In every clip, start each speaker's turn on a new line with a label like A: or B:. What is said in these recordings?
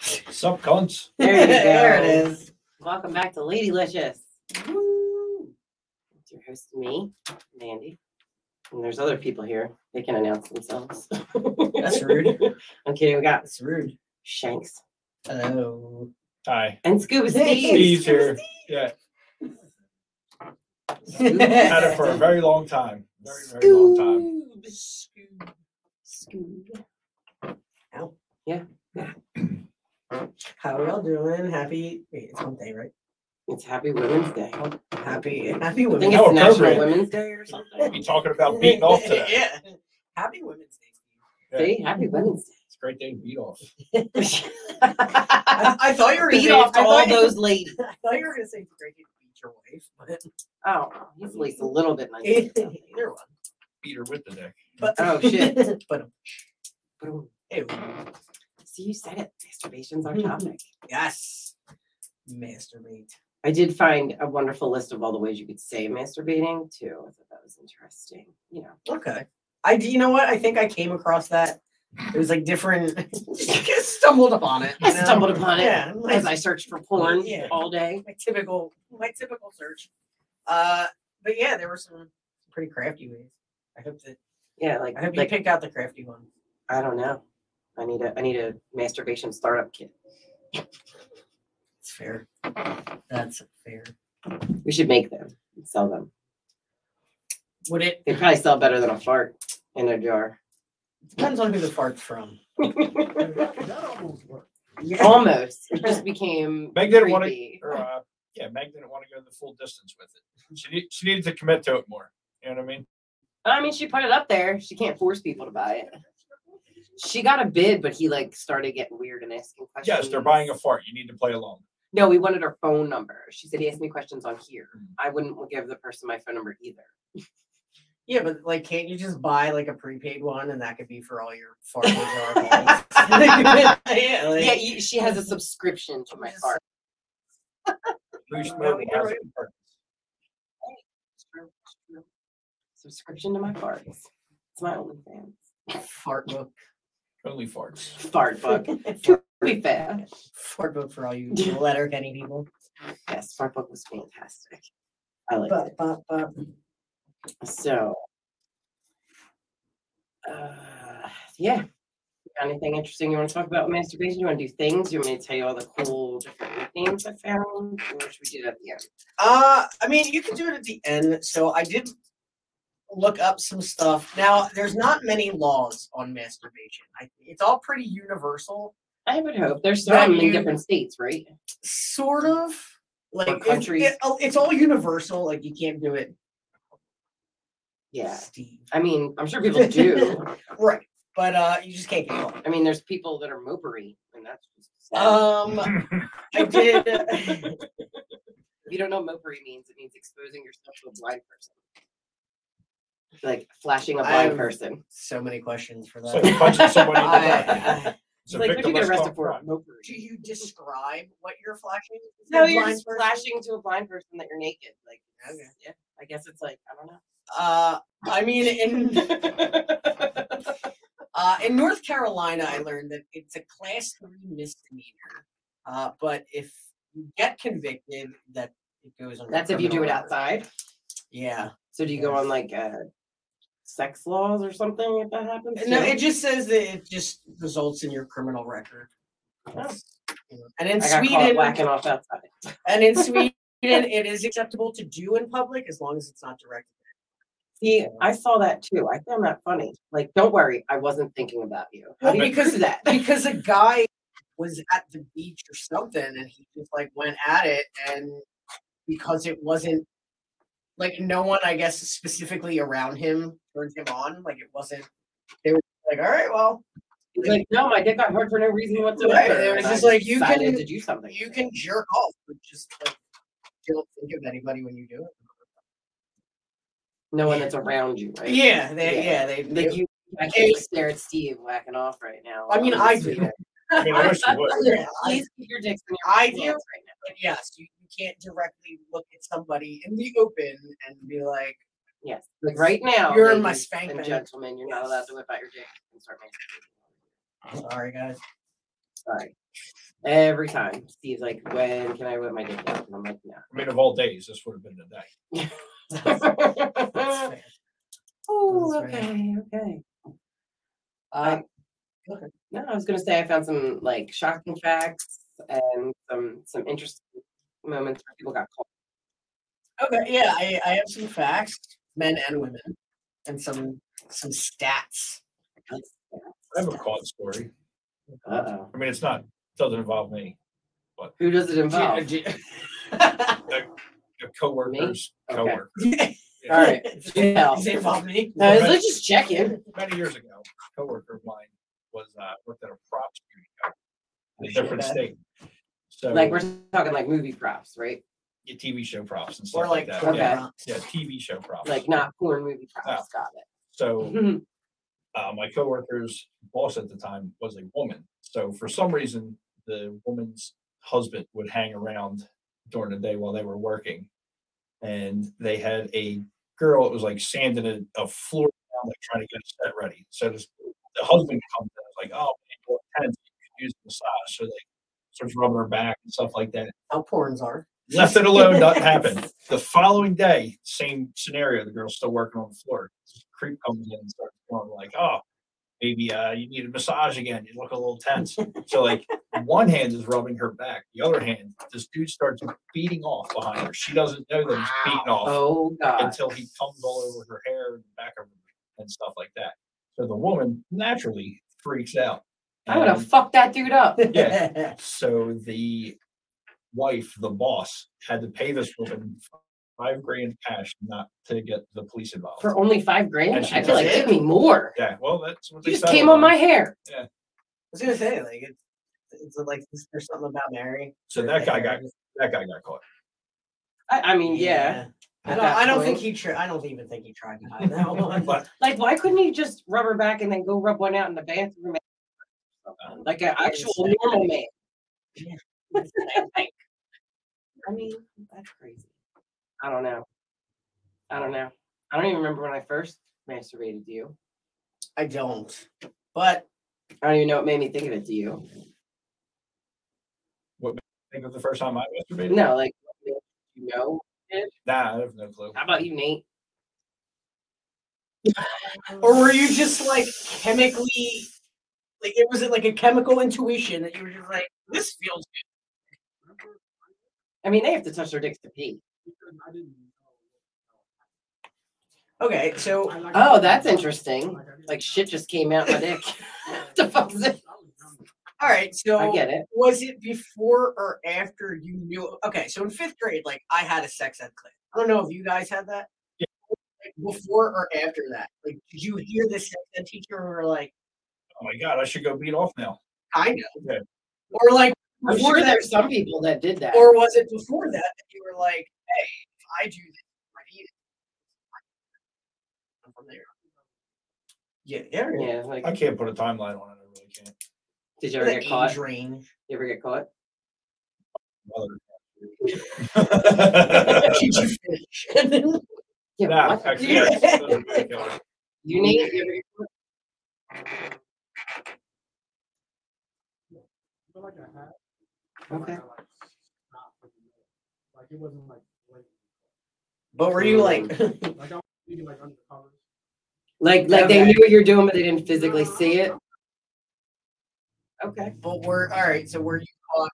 A: Sup, cunts?
B: There you go.
C: There it is.
B: Welcome back to Ladylicious. Woo! It's your host, me, Mandy. And there's other people here. They can announce themselves.
C: That's rude.
B: I'm kidding. We got
C: That's rude.
B: Shanks
C: Hello.
A: Hi.
B: and Scuba
C: Hey,
B: Steve.
A: Steve's here. Yeah, had it for a
C: That's
A: very long time. Very, very long time.
B: Scoob. Scoob.
C: How are y'all doing? Happy. Wait, it's one day, right?
B: It's Happy Women's Day. I
C: Happy. Happy
B: think
C: Women's
A: How
B: it's National
A: appropriate.
B: Women's Day.
C: Day or
A: We'll
C: something.
A: be talking about beating off today.
C: yeah. Happy Women's Day.
A: Yeah.
B: See, Happy Women's Day.
A: It's a great day to beat off.
C: I, I thought you were gonna
B: Beat
C: say-
B: off to
C: I
B: all
C: thought you-
B: those ladies.
C: I thought you were gonna say it's great to beat your wife, but
B: Oh, he's at least a little bit nicer.
C: either one.
A: Beat her with the dick.
C: But
B: Oh, shit.
C: but
B: Boom.
C: ew.
B: So you said it. Masturbation's our topic.
C: yes, masturbate.
B: I did find a wonderful list of all the ways you could say masturbating too. I thought that was interesting. You know,
C: Okay. I do. You know what? I think I came across that. It was like different. just stumbled upon it.
B: I
C: you know?
B: stumbled upon it
C: Yeah.
B: as
C: my-
B: I searched for porn
C: Yeah.
B: all day.
C: my typical my typical search. Uh, but yeah, there were some pretty crafty ways. I hope that
B: Yeah, like
C: I hope you
B: like
C: picked out the crafty one.
B: I don't know. I need a I need a masturbation startup kit.
C: It's fair. That's fair.
B: We should make them and sell them.
C: Would it
B: They probably sell better than a fart in a jar.
C: depends on who the fart's from? Yeah.
B: Almost. It just became
A: Meg didn't want to,
B: creepy.
A: or, uh, yeah, Meg didn't want to go the full distance with it. She, need, she needed to commit to it more. You know what I mean?
B: I mean, she put it up there. She can't force people to buy it. She got a bid, but he like started getting weird and asking questions.
A: Yes, they're buying a fart. You need to play along.
B: No, we wanted her phone number. She said he asked me questions on here.
C: Mm.
B: I wouldn't give the person my phone number either.
C: yeah, but like, can't you just buy like a prepaid one, and that could be for all your fart jar balls? yeah, like, mm-hmm.
B: yeah, you, she has a subscription to my
C: Yes.
B: card.
A: Boost
C: No,
A: mobile
C: you're
A: has
C: right.
A: a fart.
B: Subscription to my cards. It's my OnlyFans.
C: fart book,
A: Only farts.
B: Fart book. Pretty fast.
C: fart book for all you Letterkenny people.
B: Yes, fart book was fantastic. I liked
C: But, but, but.
B: it. So, uh, yeah. Got Anything interesting you want to talk about with masturbation? You want to do things? You want me to tell you all the cool different nicknames I found? Or should we do that at the end?
C: Uh, I mean, you can do it at the end. So I did look up some stuff. Now, there's not many laws on masturbation. I, it's all pretty universal,
B: I would hope. There's
C: That
B: some in
C: you-
B: different states, right?
C: sort of. Like it's-
B: countries.
C: it- oh, it's all universal. Like you can't do it.
B: Yeah.
C: Steve.
B: I mean, I'm sure people do.
C: Right, but uh, you just can't get caught.
B: I mean, there's people that are mopery, and that's just sad.
C: Um, I did.
B: if you don't know what mopery means, it means exposing yourself to a blind person. Like flashing a blind
C: I've-
B: person.
C: so many questions for
A: it's like
C: that.
A: punching somebody in the
C: I-
A: back.
C: I-
A: It's a
B: Like, what you get
A: victimless
B: arrested for?
A: crime.
C: do
B: Mopery.
C: you describe what you're flashing? to
B: No,
C: the
B: you're
C: blind
B: just
C: person?
B: flashing to a blind person that you're naked. Like, it's-
C: Okay.
B: yeah, I guess it's like I don't know.
C: Uh, I mean, in Uh, in North Carolina, I learned that it's a class three misdemeanor. Uh, but if you get convicted, that it goes on.
B: That's if you do it outside.
C: Yeah.
B: So do you go
C: Yes.
B: on like uh, sex laws or something if that happens?
C: No,
B: too?
C: it just says that it just results in your criminal record.
B: Oh.
C: You know, And in
B: I got caught
C: Sweden,
B: whacking off outside.
C: and in Sweden, it is acceptable to do in public as long as it's not directed.
B: See, I saw that too. I found that funny. Like, don't worry, I wasn't thinking about you. How
C: Well,
B: do you
C: because-
B: prove that?
C: Because a guy was at the beach or something, and he just like went at it, and because it wasn't like no one, I guess, specifically around him turned him on. Like it wasn't. They were like, "All right, well,
B: It's like, no, my dick got hurt for no reason whatsoever.
C: Right, it was
B: and I
C: just like, you
B: decided
C: can-
B: to do something.
C: you can jerk off, but just like don't think of anybody when you do it."
B: No one that's around you, right?
C: Uh, Yeah, they,
B: Yeah.
C: yeah, they.
B: Like
C: they
B: you, I can't stare at Steve whacking off right now.
C: I mean,
B: I'm
C: I
B: just
C: do.
B: leaving.
A: I mean, I wish you would.
C: yeah, I-
B: Please keep your dicks in your
C: I
B: pants
C: do.
B: right now.
C: and yes, you, you can't directly look at somebody in the open and be like,
B: Yes, like right now.
C: You're in my
B: ladies
C: spank
B: And
C: bank.
B: gentlemen, you're not allowed to whip out your dick and start making.
C: "Sorry, guys."
B: Sorry. Every time Steve's like, "When can I whip my dick out?" And I'm like,
A: I mean, of all days, this would have been today.
B: "No."
C: fair.
B: oh,
C: That's right.
B: okay, okay.
C: Um,
B: No, I was gonna say I found some like shocking facts and some some interesting moments where people got caught.
C: okay, yeah, I, I have some facts, men and women, and some some stats.
A: I have a caught story.
B: Uh oh.
A: I mean, it's not doesn't involve me.
B: Who does it
A: uh,
B: involve?
C: Oh.
A: Your coworkers,
B: Me? Okay.
A: coworker.
B: All right. Yeah.
C: Does it involve me?
B: No, it's- let's just check in.
A: Many years ago, a coworker of mine was uh, worked at a prop studio in a
C: shit,
A: different
C: man.
A: state. So
B: Like we're talking like movie props, right?
A: your TV show props and stuff
C: Or like,
A: like, that.
B: okay.
A: Yeah.
C: yeah.
A: yeah, TV show props.
B: Like not porn movie
A: Oh.
B: props. Got
A: so
B: it.
A: uh, my coworker's boss at the time was a woman. So for some reason, the woman's husband would hang around during the day while they were working, and they had a girl. It was like sanding a, a floor down, like trying to get a set ready. So this, the husband comes in, like, "Oh, man, you're intense. You could use a massage." So they starts rubbing her back and stuff like that.
C: How porns are.
A: Left it alone, nothing happened. The following day, same scenario. The girl's still working on the floor. This creep comes in and starts going like, "Oh, maybe uh, you need a massage again. You look a little tense." So like, one hand is rubbing her back, the other hand, this dude starts beating off behind her. She doesn't know that he's beating off
B: oh god.
A: until he comes all over her hair and the back of her and stuff like that. So the woman naturally freaks out.
B: I'm gonna
A: And-
B: fuck that dude up.
A: Yeah. so the wife, the boss, had to pay this woman five grand cash not to get the police involved.
B: For only five grand?
A: And she
B: I feel like
C: did?
B: give me more.
A: yeah, well, that's what
B: You
A: they
B: just
A: settled
B: came on my hair.
C: I was gonna say, like, it's, it's like is there something about Mary.
A: So that guy got that guy got caught.
B: I, I mean, yeah.
C: I
B: At
C: don't,
B: that
C: I don't
B: point.
C: think he tried. I don't even think he tried to hide that one.
A: But
B: Like, why couldn't he just rub her back and then go rub one out in the bathroom?
A: um,
B: and- Like an actual
C: Exactly.
B: normal man. Like, I mean, that's crazy. I don't know. I don't know. I don't even remember when I first masturbated to you.
C: I don't. But
B: I don't even know what made me think of it to you.
A: think of the first time I masturbated.
B: No, like, you know,
A: Nah, I have no clue.
B: how about you, Nate?
C: or were you just like chemically like it was it like a chemical intuition that you were just like, this feels
B: I mean, they have to touch their dicks to pee.
C: good. Okay, so uh,
B: Oh, that's interesting. Like, shit just came out my dick. the fuck is it?
C: all right, so
B: I get it.
C: was it before or after you knew okay, so in fifth grade, like I had a sex ed class. I don't know if you guys had that.
A: Yeah.
C: Like, before or after that. Like did you hear the sex ed teacher and were like,
A: Oh my god, I should go beat off now.
C: I know.
A: Yeah.
C: Or like
B: I'm
C: before
B: sure
C: that
B: there's some people that did that.
C: or was it before that that you were like, hey, if I do this, I eat it. I'm from there. Yeah, there it is.
B: yeah, like
A: I can't put a timeline on it. I really can't.
B: Did you ever
C: The
B: get caught?
C: age range.
B: You ever get caught?
A: Mother.
C: Did you finish?
B: Yeah.
A: nah,
B: what?
A: actually, yeah, it's still a really good one.
B: You need. You ever get caught?
D: Like I had.
B: Okay.
D: Like, I, like, stopped in the middle. Like, it wasn't like blatant.
C: but were you
E: Mm.
C: like,
D: Like I was thinking like undercover.
B: Like, like they
C: Okay.
B: knew what you're doing, but they didn't physically see it. Okay.
C: but were, all right, so were you caught?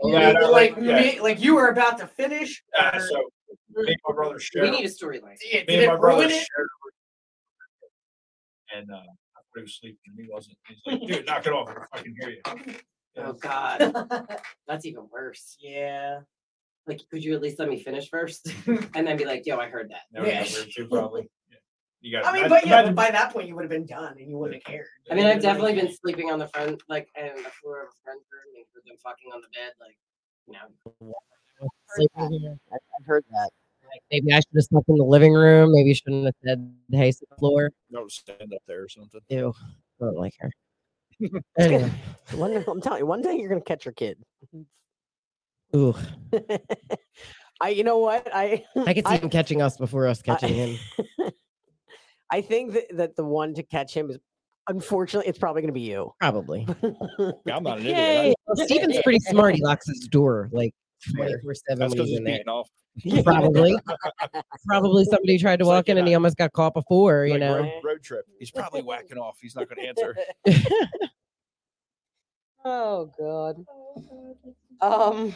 A: Oh,
C: Oh,
A: Yeah, no,
C: like,
A: like- yeah.
C: ma- like you were about to finish?
A: Ah,
C: or-
A: so me and my brother shared.
B: We need a storyline.
C: yeah, did
A: me and
C: it
A: my brother
C: ruin
A: shared
C: it?
A: a room. and uh, I thought he was sleeping and he wasn't. He's like, dude, knock it off. I can hear you.
B: Oh God, that's even worse.
C: yeah.
B: Like, could you at least let me finish first, and then be like, "Yo, I heard that."
A: That would
C: Yeah.
A: be weird too, probably. Yeah. You got
C: I mean, but yeah, but by that point you would have been done and you wouldn't have cared.
B: I mean, I've definitely been sleeping on the front, like, on the floor of a friend's room and heard them fucking on the bed, like, you know.
F: sleep in here. I, I heard that. Like, maybe I should have slept in the living room. Maybe you shouldn't have said, "Hey, sit on the floor."
A: no stand up there or something.
F: Ew, I don't like her. anyway,
E: One, I'm telling you, one day you're gonna catch your kid.
F: ooh,
E: I, you know what, I,
F: I could see
E: I-
F: him catching us before us
E: I-
F: catching him.
E: I think that, that the one to catch him is
C: unfortunately, it's probably going to be you.
B: Probably.
A: I'm not an
B: Yay.
A: idiot.
B: Well, Steven's pretty smart. He locks his door like 24
A: I-
B: 7 when
A: That's because
B: he's
A: he's
B: in there.
A: beating off.
B: Probably. Probably somebody tried to
A: It's like,
B: walk in
A: you
B: and
A: know,
B: he almost got caught before, you
A: Like,
B: know?
A: road, road trip. He's probably whacking off. He's not going to answer.
C: Oh god. Um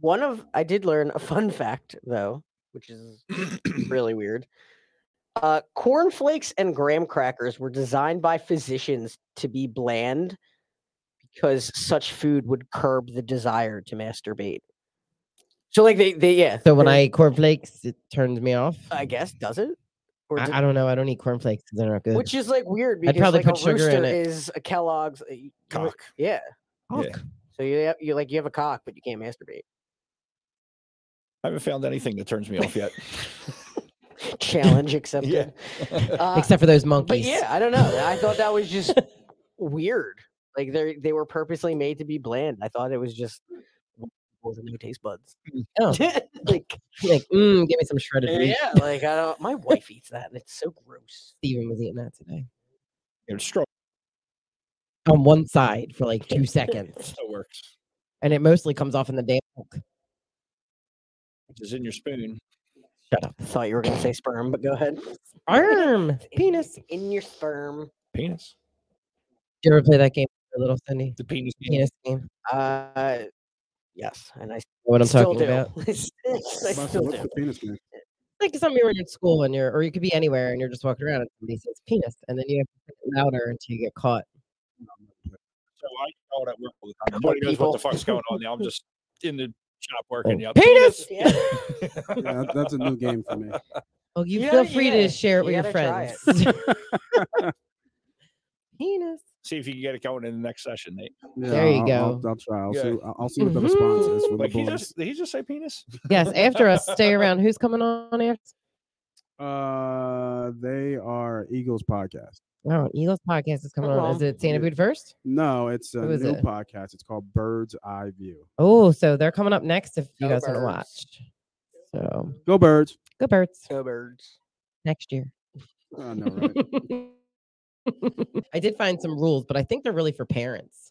C: one of I did learn a fun fact though, which is really weird. Uh cornflakes and graham crackers were designed by physicians to be bland because such food would curb the desire to masturbate. So like they they yeah.
B: So when
C: they're-
B: I eat cornflakes, it turns me off.
C: I guess does it? Or
B: I,
C: did-
B: I don't know. I don't eat cornflakes. 'cause They're not good.
C: which is like weird
B: I'd
C: because
B: probably
C: like
B: put
C: a
B: sugar in
C: rooster
B: it.
C: is a Kellogg's uh, y- you would-
A: Cock.
C: Yeah.
A: Yeah.
B: Fuck.
C: So you have, you like you have a cock but you can't masturbate.
A: I haven't found anything that turns me off yet.
C: challenge accepted. Uh,
B: Except for those monkeys.
C: but yeah, I don't know. I thought that was just weird. Like they they were purposely made to be bland. I thought it was just was no taste buds.
B: Oh.
C: like
B: Like, mm, give me some shredded wheat.
C: yeah, like I don't. My wife eats that, and it's so gross.
B: Steven was eating that today.
A: It's strong.
B: On one side for like two seconds.
A: Still works.
B: And it mostly comes off in the damn milk.
A: Which is in your spoon.
B: Shut up.
C: I thought you were gonna say sperm, but go ahead.
B: Arm. Penis.
C: in your sperm.
A: Penis.
B: Did you ever play that game, Little Cindy?
A: The penis. game.
B: Penis game.
C: Uh, yes, and I
B: Know what I'm
C: still
B: talking
C: do.
B: about?
C: I still
D: What's
C: do.
D: the penis, man?
B: Like something you're in school and you're, or you could be anywhere and you're just walking around and somebody says penis, and then you have to say it louder until you get caught.
A: So I call it at work all the
C: Come
A: time. Nobody
C: on,
A: knows
C: people.
A: what the
C: Oh.
A: fuck's going on now. I'm just in the shop working. yeah.
B: Penis!
C: Yeah.
D: Yeah, that- that's a new game for me.
B: Oh, you
C: You
B: feel
C: gotta-
B: free
C: yeah,
B: to share it
C: you
B: with your
C: gotta try
B: friends. penis.
A: See if you can get it going in the next session. Nate.
D: Yeah,
B: There you
D: I'll, I'll-
B: go. Mm-hmm.
D: I'll, try. I'll
A: Yeah.
D: see. I'll, I'll see what the response is from
A: Like
D: the
A: he
D: boys.
A: just did he just say penis?
B: Yes, after us, stay around. Who's coming on after?
D: Uh, they are Eagles podcast.
B: Oh, Eagles podcast is coming on. Is
C: Aw.
B: it Santa Food first?
D: No, it's a
B: Who is
D: new
B: it?
D: podcast. It's called Bird's Eye View.
B: Oh, so they're coming up next if you
C: Go
B: guys want to
C: Birds.
B: watch. So
D: Go birds!
B: go birds
C: Go birds.
B: next year.
D: I know, Oh, right?
B: I did find some rules, but I think they're really for parents.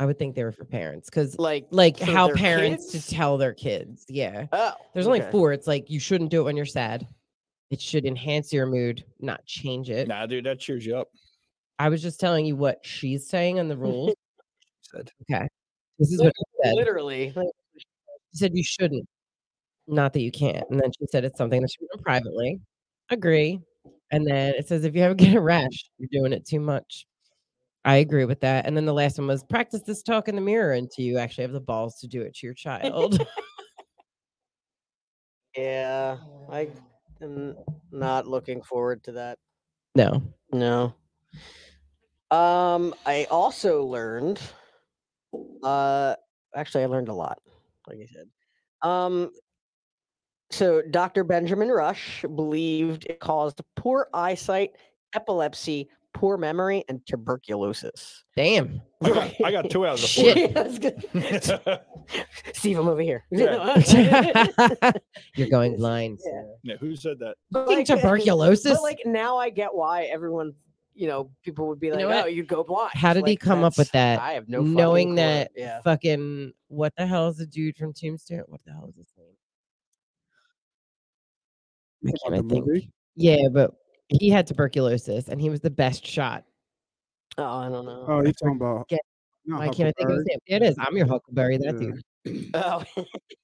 B: I would think they were for parents because,
C: Like
B: like,
C: For
B: how
C: their
B: parents
C: kids?
B: to tell their kids. Yeah.
C: oh,
B: There's only
C: okay.
B: four. It's like you shouldn't do it when you're sad. It should enhance your mood, not change it.
A: Nah, dude, that cheers you up.
B: I was just telling you what she's saying and the rules.
A: He said.
B: this is what she said.
C: Literally. like,
B: She said you shouldn't, not that you can't. And then she said it's something that should be done privately. Agree. And then it says if you ever get a rash, you're doing it too much. I agree with that. And then the last one was practice this talk in the mirror until you actually have the balls to do it to your child.
C: Yeah, I am not looking forward to that.
B: no.
C: No. Um, I also learned. Uh, actually, I learned a lot. Like I said, um, so Dr. Benjamin Rush believed it caused poor eyesight, epilepsy, poor memory, and tuberculosis.
B: Damn.
A: I got, I got two out of the four.
B: Shit.
C: I was gonna- Steve, I'm over here.
A: Yeah.
B: you're going blind.
C: Yeah.
B: sir.
A: Yeah, who said that?
C: But
B: Fucking
C: like,
B: tuberculosis.
C: But like now, I get why everyone, you know, people would be
B: You
C: like,
B: know
C: "Oh,
B: what?
C: you go blind."
B: How did he
C: Like,
B: come up with
C: that's-
B: that,
C: I have no fucking
B: knowing
C: clue.
B: that
C: Yeah.
B: fucking what the hell is the dude from Tombstone? What the hell is his name? I
D: About
B: can't
D: the
B: even
D: movie?
B: think. Yeah, but he had tuberculosis and he was the best shot.
C: Oh, I don't know.
D: Oh, you're talking about.
B: forget.
D: not
B: Why can't I think of his
D: Huckleberry,
B: name? It is. I'm your Huckleberry. That
D: Yeah.
B: dude.
C: Oh,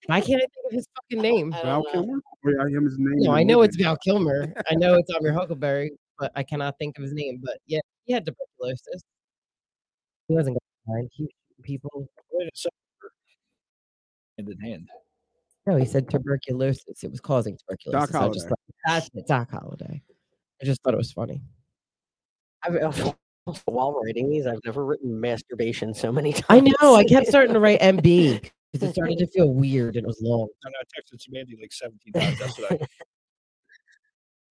B: Why can't I think of his fucking name?
C: I
D: Val
C: don't know.
D: Kilmer? Oh, yeah, I am his name. in
B: No,
D: the
B: I know
D: movie.
B: it's Val Kilmer. I know it's I'm your Huckleberry, but I cannot think of his name. But yeah, he had tuberculosis. He wasn't going blind. He was shooting people.
A: Wait a second. Hand in hand.
B: No, he said tuberculosis. It was causing tuberculosis. I just
D: Holliday.
B: thought, that's it, Doc Holiday. I just thought it was funny.
C: I've- While writing these, I've never written masturbation so many times.
B: I know. I kept starting to write MB because it started to feel weird and it was long.
A: I know I texted Samantha like 17 times yesterday.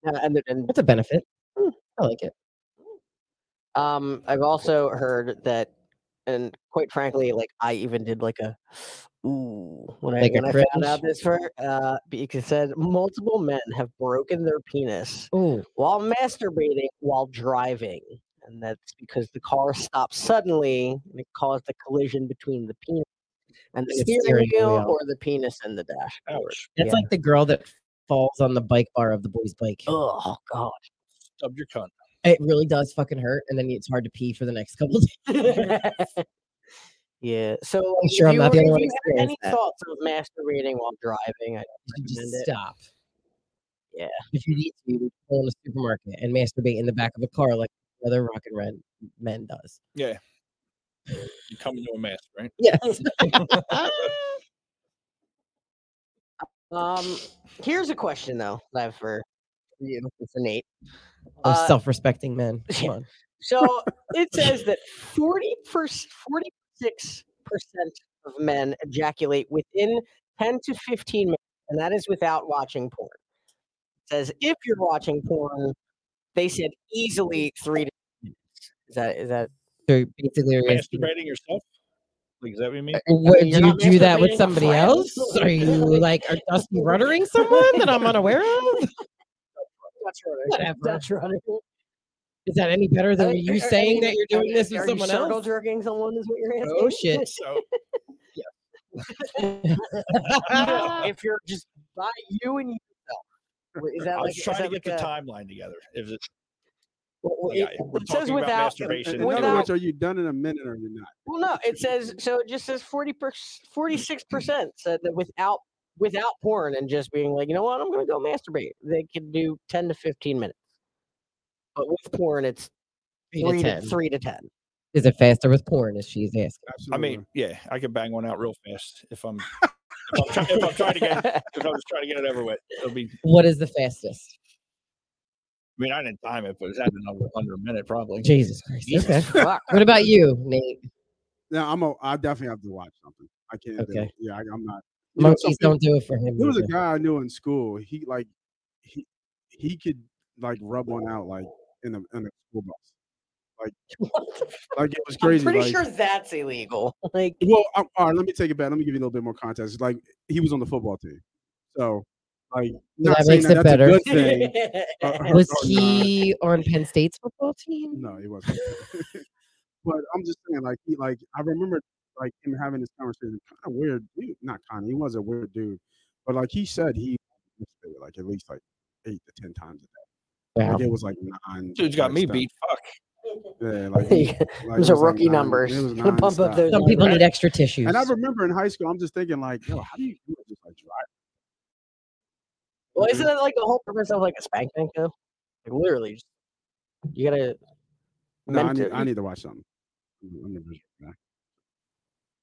C: Uh, and, and
B: That's a benefit.
C: Hmm.
B: I like it.
C: um, I've also heard that, and quite frankly, like I even did like a Ooh, when I,
B: Like a
C: when I found
B: cringe?
C: out this for uh, because it said multiple men have broken their penis
B: Ooh,
C: while masturbating while driving, and that's because the car stopped suddenly and it caused a collision between the penis and
B: And
C: the
B: the
C: steering,
B: steering
C: wheel,
B: wheel.
C: or the penis and the dashboard.
A: Ouch.
B: that's
C: Yeah.
B: like the girl that falls on the bike bar of the boy's bike.
C: oh god.
A: Stubbed your cunt.
B: It really does fucking hurt, and then it's hard to pee for the next couple. Of days.
C: yeah. So
B: I'm sure
C: if
B: I'm
C: you,
B: not the only
C: were- if
B: one
C: you have
B: experienced
C: any
B: that.
C: thoughts of masturbating while driving,
B: You
C: I
B: should just
C: recommend it.
B: stop.
C: Yeah.
B: If you need to, you can go in the supermarket and masturbate in the back of a car like the other rock and red men does.
A: Yeah. You come into a mess, right?
B: Yes.
C: Um, here's a question though that I have for you, for Nate.
B: Those
C: Uh,
B: self-respecting men. Come
C: yeah.
B: on.
C: So it says that 40 46 percent of men ejaculate within 10 to 15 minutes, and that is without watching porn. It says if you're watching porn, they said easily three to minutes. Is that is that
B: So basically, you're asking,
A: Masturbating yourself? Like, is that what you mean?
B: what,
C: you're
B: do you
C: not
B: do that
C: masturbating
B: with
C: with
B: somebody else?
C: friends?
B: Are you like are Dusty ruddering someone that I'm unaware of?
C: Dutch running?
B: Whatever.
C: Dutch running.
B: Is that any better
C: I-
B: than you
C: I- I
B: saying
C: mean,
B: that you're
C: are
B: doing
C: you-
B: this with
C: are you
B: someone
C: circle
B: else?
C: jerking someone is what you're asking.
B: Oh shit!
A: So,
C: No,
B: Ah.
C: if you're just by you and yourself. Wh- Is that
A: I
C: like
A: was
C: is
A: trying to
C: that
A: get
C: like
A: the
C: a-
A: timeline together. Is it
C: Well,
A: I got
C: it-
A: you. We're
C: it says
A: talking about
C: without-
A: masturbation.
D: In
A: Without-
D: other words, are you done in a minute or are you not?
C: Well, no, it says so. It just says forty forty-six percent said that without without porn and just being like, you know what, I'm gonna go masturbate. They can do ten to fifteen minutes, but with porn, it's
B: Three to
C: three to,
B: 10.
C: three to ten.
B: Is it faster with porn? As she's asking.
A: I
D: Absolutely.
A: mean, yeah, I could bang one out real fast if I'm if I'm, try, if I'm trying to get if I'm just trying to get it over with. It'll be.
B: What is the fastest?
A: I mean, I didn't time it, but it's happened under, under a minute probably.
B: Jesus Christ.
C: Jesus
B: Okay.
C: fuck.
B: What about you, Nate?
D: Now I'm a. I definitely have to watch something. I can't. do
B: Okay.
D: it. Yeah, I, I'm not. you know, some
B: Monkeys
D: peop-
B: don't do it for him.
D: There was a
B: either.
D: guy I knew in school. He like, he he could like rub one out like in a in a school bus. Like, like it was
C: I'm
D: crazy.
C: pretty
D: like-
C: sure that's illegal. Like,
D: Well, I, all right. Let me take it back. Let me give you a little bit more context. Like he was on the football team, so like not
B: That
D: saying
B: makes
D: that
B: it
D: that's
B: better.
D: a good thing. or- or-
B: Was
D: or not.
B: he on Penn State's football team?
D: No, it wasn't. but I'm just saying, like, he, like I remember, like him having this conversation. Kind of weird dude, not kind of. He was a weird dude, but like he said, he masturbated, like at least like eight to ten times a day.
B: Wow.
D: Like it was like nine.
A: Dude's got
D: like,
A: me
D: stuff.
A: beat. Fuck.
D: Yeah, like, he-
C: Those
D: like,
C: are
D: like,
C: rookie
D: nine-
C: numbers.
D: it was
C: Gonna bump up
D: nonstop.
C: those.
B: Some
C: numbers.
B: people need extra tissues.
D: And I remember in high school, I'm just thinking like, yo, how do you do it? Just like drive.
C: Well, isn't that like the whole purpose of like a spank bank though? Like literally, just, you gotta.
D: No, I
C: meant
D: need,
C: to-
D: I need to watch something. I'm- I'm a visual guy.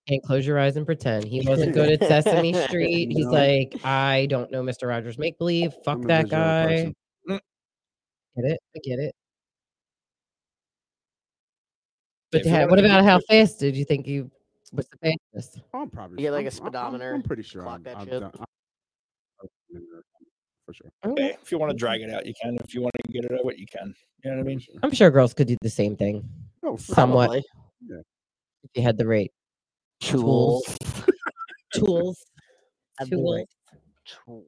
B: Can't close your eyes and pretend. He wasn't good at Sesame Street. He's
D: No.
B: like, I don't know Mr. Rogers make believe. Fuck
D: I'm a
B: that
D: visual
B: guy.
D: person.
B: Get it? I get it.
A: If
B: But
A: you
B: how,
A: wanna
B: what
A: do
B: about
A: it
B: how
A: with-
B: fast did you think you was the fastest?
D: I'm probably
C: You get, like,
D: I'm-
C: a
D: I'm- I'm- I'm,
C: speedometer,
D: pretty sure
C: clock
D: I've,
C: that
D: I've
C: shit.
D: done. I've done it, for sure.
B: Okay.
A: Yeah, eh? If you want to drag it out, you can. If you want to get it out, you can. You know what I mean?
B: I'm sure girls could do the same thing
D: Oh,
B: Somewhat.
C: Probably.
B: if you had the right
C: Tools.
B: tools.
C: Had the
B: tools.
C: right Tools.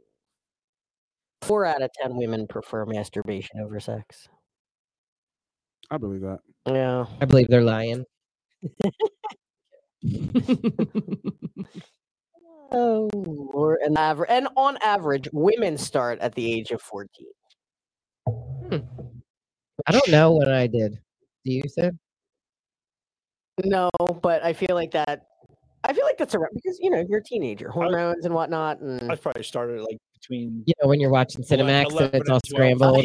C: Four out of ten women prefer masturbation over sex.
D: I believe that.
C: Yeah.
B: I believe they're lying.
C: Oh, Lord. And, aver- and on average, women start at the age of 14.
B: I don't know what I did. Do you said?
C: No, but I feel like that. I feel like that's around because you know you're a teenager, hormones and whatnot, and
A: I probably started like between.
B: You know, when you're watching
A: Ele-
B: Cinemax and
A: 11
B: it's all
A: and 12.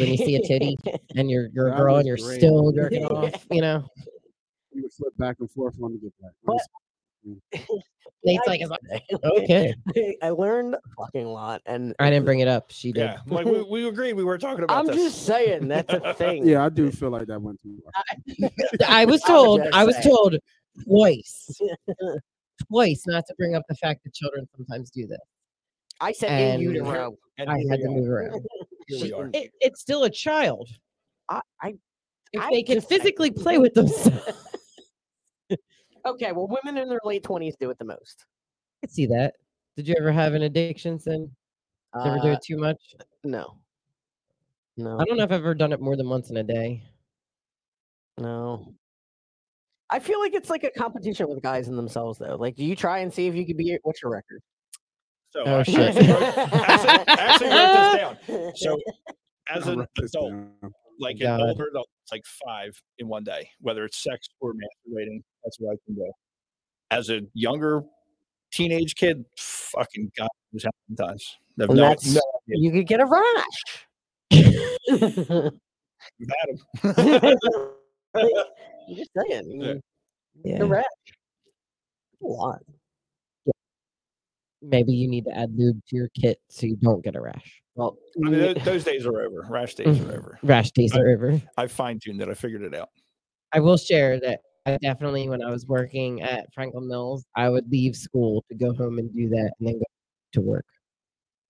B: scrambled and you see a titty and you're, you're a
D: That
B: girl
D: was
B: and you're
D: great.
B: still jerking off, you know?
D: You would flip back and forth. Let me get back.
C: But-
B: Nate's
C: I
B: like, "Oh,
C: did
B: okay.
C: today. I learned a fucking lot, and
B: I
C: it
B: didn't
C: was-
B: bring it up. She did.
A: Yeah, I'm like we, we agreed we were talking about
C: I'm
A: this.
C: just saying that's a thing.
D: Yeah, I do feel like that went too far.
B: I was
C: I was
B: told.
C: just
B: I was
C: saying.
B: told twice, twice not to bring up the fact that children sometimes do this.
C: I said
B: And-
C: in utero.
A: And
B: I
A: here
B: had
A: we
B: to
A: are.
B: move around.
A: Here we are.
B: It, it's still a child
C: I, I
B: if
C: I
B: they can
C: just- I-
B: physically play with themselves.
C: okay. Well, women in their late twenties do it the most.
B: could see that. Did you ever have an addiction, Sin? Did you ever do
C: Uh,
B: it too much?
C: No. No.
B: I don't know if I've ever done it more than once in a day.
C: No. I feel like it's like a competition with guys in themselves, though. Like, do you try and see if you could be? What's your record?
A: So
B: Oh,
A: I
B: shit.
A: actually wrote- actually- actually wrote this down. So as
D: I
A: an
D: wrote this
A: adult,
D: down.
A: like
B: Got it.
A: an older adult, it's like five in one day, whether it's sex or masturbating. That's what I can do. As a younger teenage kid, fucking god knows how many times. I have
C: And
A: no-
C: that's-
A: no
C: you could get a rash.
A: Madam.
C: I'm just saying.
A: Yeah.
C: you-
B: Yeah.
C: The rash. A lot.
B: Maybe you need to add lube to your kit so you don't get a rash.
C: Well,
A: I mean,
C: yeah,
A: tho- those days are over. Rash days
B: Mm-hmm.
A: are over.
B: Rash days are over.
A: I fine tuned it. I figured it out.
B: I will share that I definitely, when I was working at Franklin Mills, I would leave school to go home and do that and then go to work.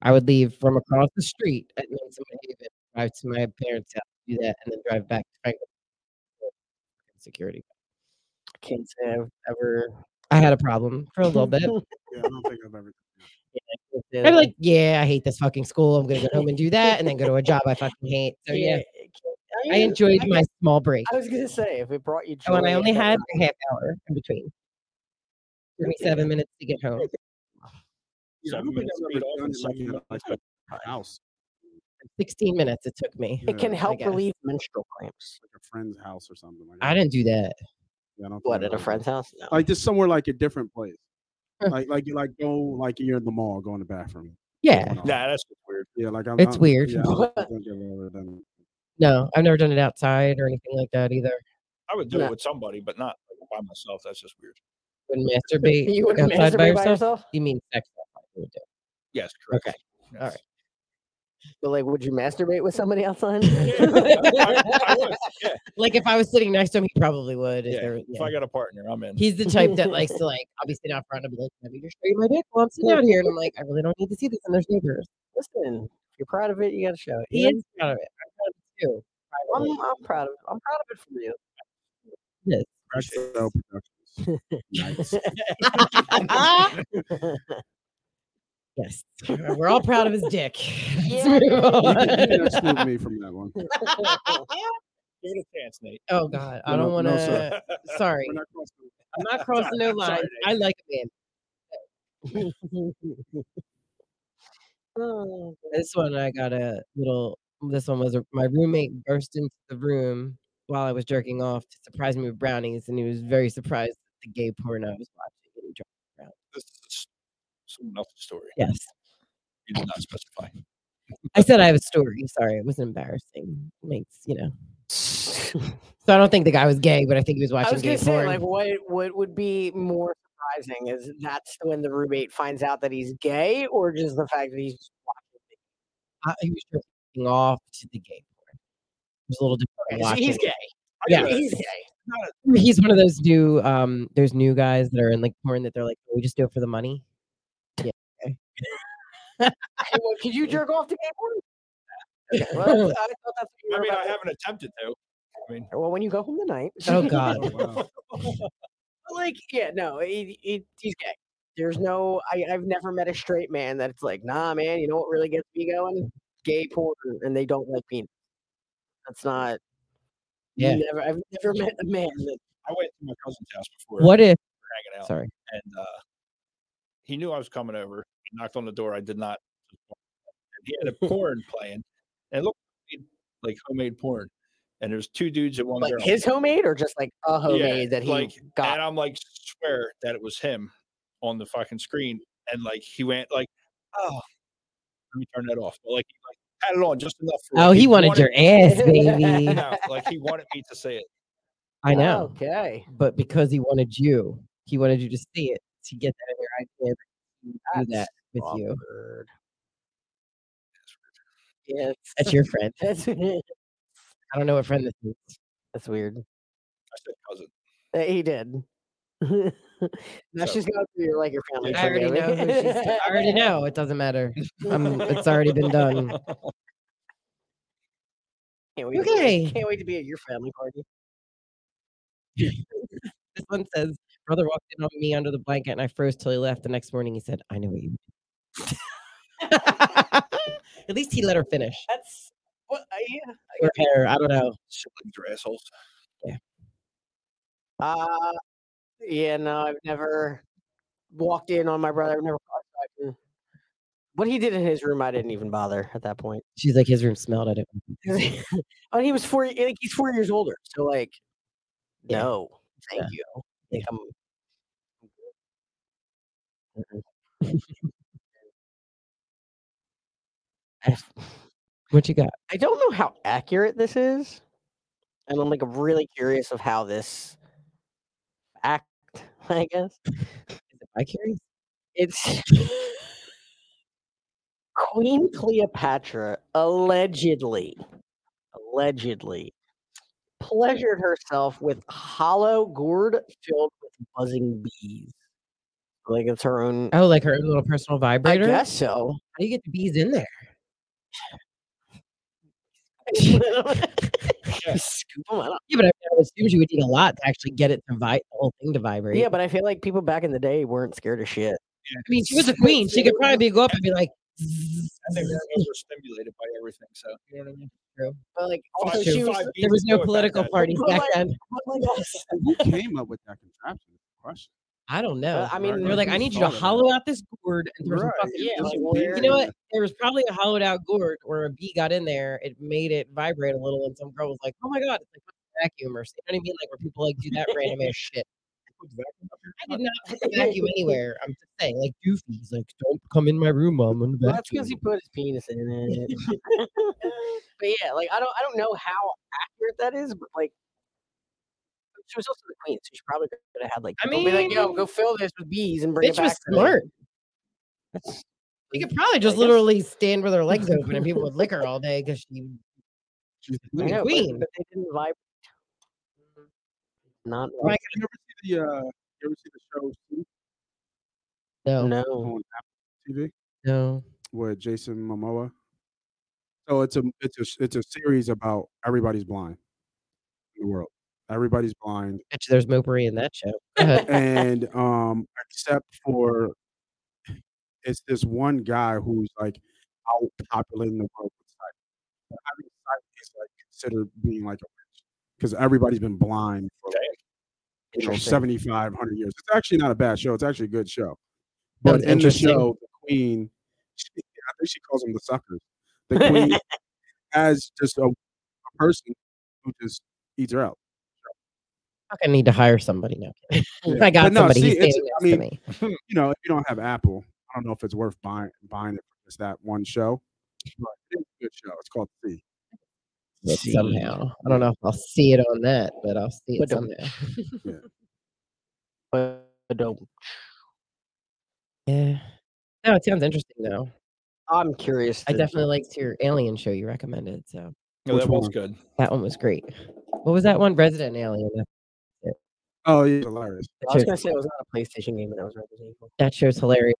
B: I would leave from across the street at Nansen Haven, drive to my parents' house, do that, and then drive back to Franklin. Security.
C: I can't say I've ever.
B: I had a problem for a little bit.
D: Yeah, I don't think I've ever.
C: Yeah,
B: I'd be like, yeah, I hate this fucking school. I'm gonna go home and do that, and then go to a job I fucking hate. So yeah, I
C: mean,
B: enjoyed
C: I
B: my
C: guess-
B: small break.
C: I was gonna say if it brought you joy.
B: Oh, and I only
C: that's
B: had
C: not-
B: a half hour in between. Twenty-seven minutes to get home.
D: Yeah, I
A: Seven
D: don't think
A: minutes
D: I've
A: speed
D: ever
A: off
D: done
A: and
D: it like
A: seven
D: in
A: minutes
D: like a house,
B: Sixteen minutes it took me.
D: Yeah,
C: It can
D: like
C: help
B: guess.
C: relieve menstrual cramps.
D: a friend's house or something. Like
B: I didn't do that.
D: Yeah, I don't think
C: What
D: I've
C: at a
D: ever-
C: friend's house? No.
D: Like just somewhere like a different place.
B: Huh.
D: Like like you like go like you're in the mall, go in the bathroom.
B: Yeah,
D: No.
A: Nah, that's weird.
D: Yeah, like I'm.
B: It's
D: I'm-
B: weird.
D: Yeah, I don't think I've ever done it.
B: no, I've never done it outside or anything like that either.
A: I would do
C: Nah.
A: it with somebody, but not like, by myself. That's just weird.
B: Wouldn't masturbate
C: You wouldn't
B: outside
C: masturbate
B: by
C: by
B: yourself.
C: yourself?
B: You mean sex? outside you would do.
A: Yes, correct.
B: Okay.
A: Yes.
B: All right.
C: But like, would you masturbate with somebody outside?
A: I- I would, yeah,
B: Like if I was sitting next to him, he probably would. If
A: Yeah,
B: there, was-
A: If
B: yeah.
A: I got a partner, I'm in.
B: He's the type that likes to like. I'll be sitting out front and be like, "Let me just show you my dick while I'm sitting out here," and I'm like, "I really don't need to see this." And there's neighbors.
C: Listen, if you're proud of it, you gotta show it.
B: He
C: you know?
B: is proud of it. I'm proud of it too.
C: I'm,
B: privately.
C: I'm proud of I'm proud of it for you.
B: Yes.
D: Crack Cell Productions. Nice.
B: Yes. Uh, We're all proud of his dick. Let's
C: Yeah.
B: move
D: You can- you can
B: on.
D: exclude me from that one. We're
A: Give it a chance, Nate.
B: oh God. I
D: No,
B: don't want
D: no,
B: to.
D: sir.
B: sorry.
D: not crossing-
B: I'm not crossing no
A: sorry,
B: lines. I like a man.
C: Oh,
B: This one I got a little this one was a, my roommate burst into the room while I was jerking off to surprise me with brownies and he was very surprised at the gay porn I was watching. and he dro-
A: This is someone else's story.
B: Yes.
A: You did not specify.
B: I said I have a story. Sorry, it wasn't embarrassing. Makes you know. So I don't think the guy was gay, but I think he was
C: I
B: watching
C: was
B: gay
C: gonna say,
B: porn.
C: like, what what would be more surprising is that's when the roommate finds out that he's gay, or just the fact that he's
B: I, Uh, he was jerking off to the gay porn. It was a little different.
C: gay. So
B: watching
C: he's
B: it.
C: gay.
B: Yeah.
C: he's gay.
B: he's one of those new um there's new guys that are in like porn that they're like "Oh, we just do it for the money
C: Hey, well, could you jerk off to gay porn? Okay, well, that's- I thought that's what you
A: I
C: were
A: mean,
C: about
A: I
C: to-
A: haven't attempted to. I mean,
C: Well, when you go home tonight.
B: oh god
D: Oh, wow.
C: But, like yeah no he, he, he's gay there's no I, i've never met a straight man that's like nah man you know what really gets me going gay porn and they don't like penis that's not
B: Yeah.
C: never i've never met a man that
A: I went to my cousin's house before.
B: what if
A: we were Hanging out,
B: sorry
A: and uh, he knew I was coming over. He knocked on the door. I did not. And he had a porn playing, and it looked like homemade porn. And there was two dudes and one
C: like
A: girl.
C: his homemade or just like a homemade that he
A: like,
C: got
A: And I'm like, swear that it was him on the fucking screen. And like he went like, oh, let me turn that off. But like he like had it on just enough. For
B: oh he wanted your ass baby
A: No, like he wanted me to say it.
B: i know
C: okay
B: but because he wanted you he wanted you to see it to get that in your idea that he would do that
C: That's
B: with you
C: awkward. yeah
B: that's your friend
C: that's,
B: i don't know what friend this is
C: that's weird
A: I said cousin.
C: Uh, he did now
A: So-
C: she's going through your like your family
B: i already know who she's i already know it doesn't matter um, it's already been done
C: Can't wait, okay.
B: Okay.
C: can't wait to be at your family party.
B: this one says brother walked in on me under the blanket and I froze till he left. The next morning, he said, I know what you did." At least he let her finish.
C: That's what I, yeah.
B: Or her, I don't know.
A: Siblings are assholes.
C: Uh, yeah, no, I've never walked in on my brother. I've never. caught him. What he did in his room, I didn't even bother at that point.
B: She's like, his room smelled. I didn't.
C: and he was four. y- Like he's four years older, so like,
B: Yeah.
C: no, thank
B: Yeah.
C: you.
B: Yeah.
C: Like, I'm,
B: What you got?
C: I don't know how accurate this is, and I'm like really curious of how this act. I guess
B: Is it vicarious?
C: it's Queen Cleopatra allegedly, allegedly pleasured herself with hollow gourd filled with buzzing bees. Like it's her own.
B: Oh, like her own little personal vibrator?
C: I guess so.
B: How do you get the bees in there?
C: Scoop 'em out.
B: Yeah, but I, I would assume she would need a lot to actually get it to vibrate, the whole thing to vibrate.
C: Yeah, but I feel like people back in the day weren't scared of shit.
B: I mean, she was a queen. She could probably go up and be like,
A: And they were overstimulated by everything. So you know what I mean.
C: But like,
A: Five-
C: also she was, oh
A: five
B: there
A: beats
B: was
A: to
B: no
A: do it back
B: political
A: then.
B: parties
C: But
B: back
C: like-
B: then.
C: but like,
D: Who came up with that contraption? is the Question.
B: I don't know.
C: I mean,
B: They're like,
D: who
B: I need you to
D: thought of that?
B: hollow out this gourd and throw some
D: Right,
B: fucking
C: yeah,
B: bees
C: like,
B: in
D: Bees
C: where-
B: You know what?
D: in
B: There was probably a hollowed out gourd where a bee got in there. It made it vibrate a little, and some girl was like, "Oh my god, it's like a vacuum or something." You know what I mean? Like where people like do that random ass shit.
A: Put the vacuum up here.
B: I did not put the vacuum anywhere. I'm just saying, like doofies, like don't come in my room, mom. I'm
C: well,
B: vacuum.
C: that's because he put his penis in it. but yeah, like I don't, I don't know how accurate that is, but like, she was also the queen, so she probably could have had like.
B: I
C: people be like, yo,
B: mean,
C: go fill this with bees and bring it
B: Bitch
C: back.
B: was
C: to me."
B: smart. She could probably just
C: guess.
B: literally stand with her legs open and people would lick her all day because she
D: She's the
C: I
D: queen.
C: know, but-
B: queen.
C: but they didn't vibrate. Mm, Not
B: Like,
D: You ever see the uh, you ever see the show Suits
B: no, no,
C: no.
D: on Apple TV with Jason Momoa? So it's a it's a sh- it's a series about everybody's blind in the world. Everybody's blind,
B: Bet you there's mopery in that show. Go ahead.
D: and um, except for it's this one guy who's like out populating the world with sight. But Having sight is like considered being like a witch because everybody's been blind for like you know,
C: Interesting.
D: 75 100 years it's actually not a bad show it's actually a good show but
B: Sounds
D: in the
B: interesting.
D: show the queen she, i think she calls them the suckers the queen has just a, a person who just eats her out
B: Fucking need to hire somebody now.
D: Yeah.
B: I got
D: But no,
B: somebody.
D: see,
B: He's
D: it's-
B: standing
D: I
B: next to
D: mean,
B: me.
D: you know if you don't have apple i don't know if it's worth buying buying it for just that one show but it's a good show it's called c
B: but somehow. I don't know if I'll see it on that, but I'll see it
C: But don't-
B: somehow.
C: But uh, don't.
B: Yeah. No, it sounds interesting though.
C: I'm curious.
B: I
C: to-
B: definitely liked your alien show you recommended. So
A: No,
D: Which
A: that was
D: one?
A: good.
B: that one was great. What was that one? Resident Alien. That-
D: oh yeah it's hilarious
C: I
B: That,
C: was
B: show's,
C: gonna say it was not a PlayStation game, but it was Resident Evil.
B: that show's hilarious.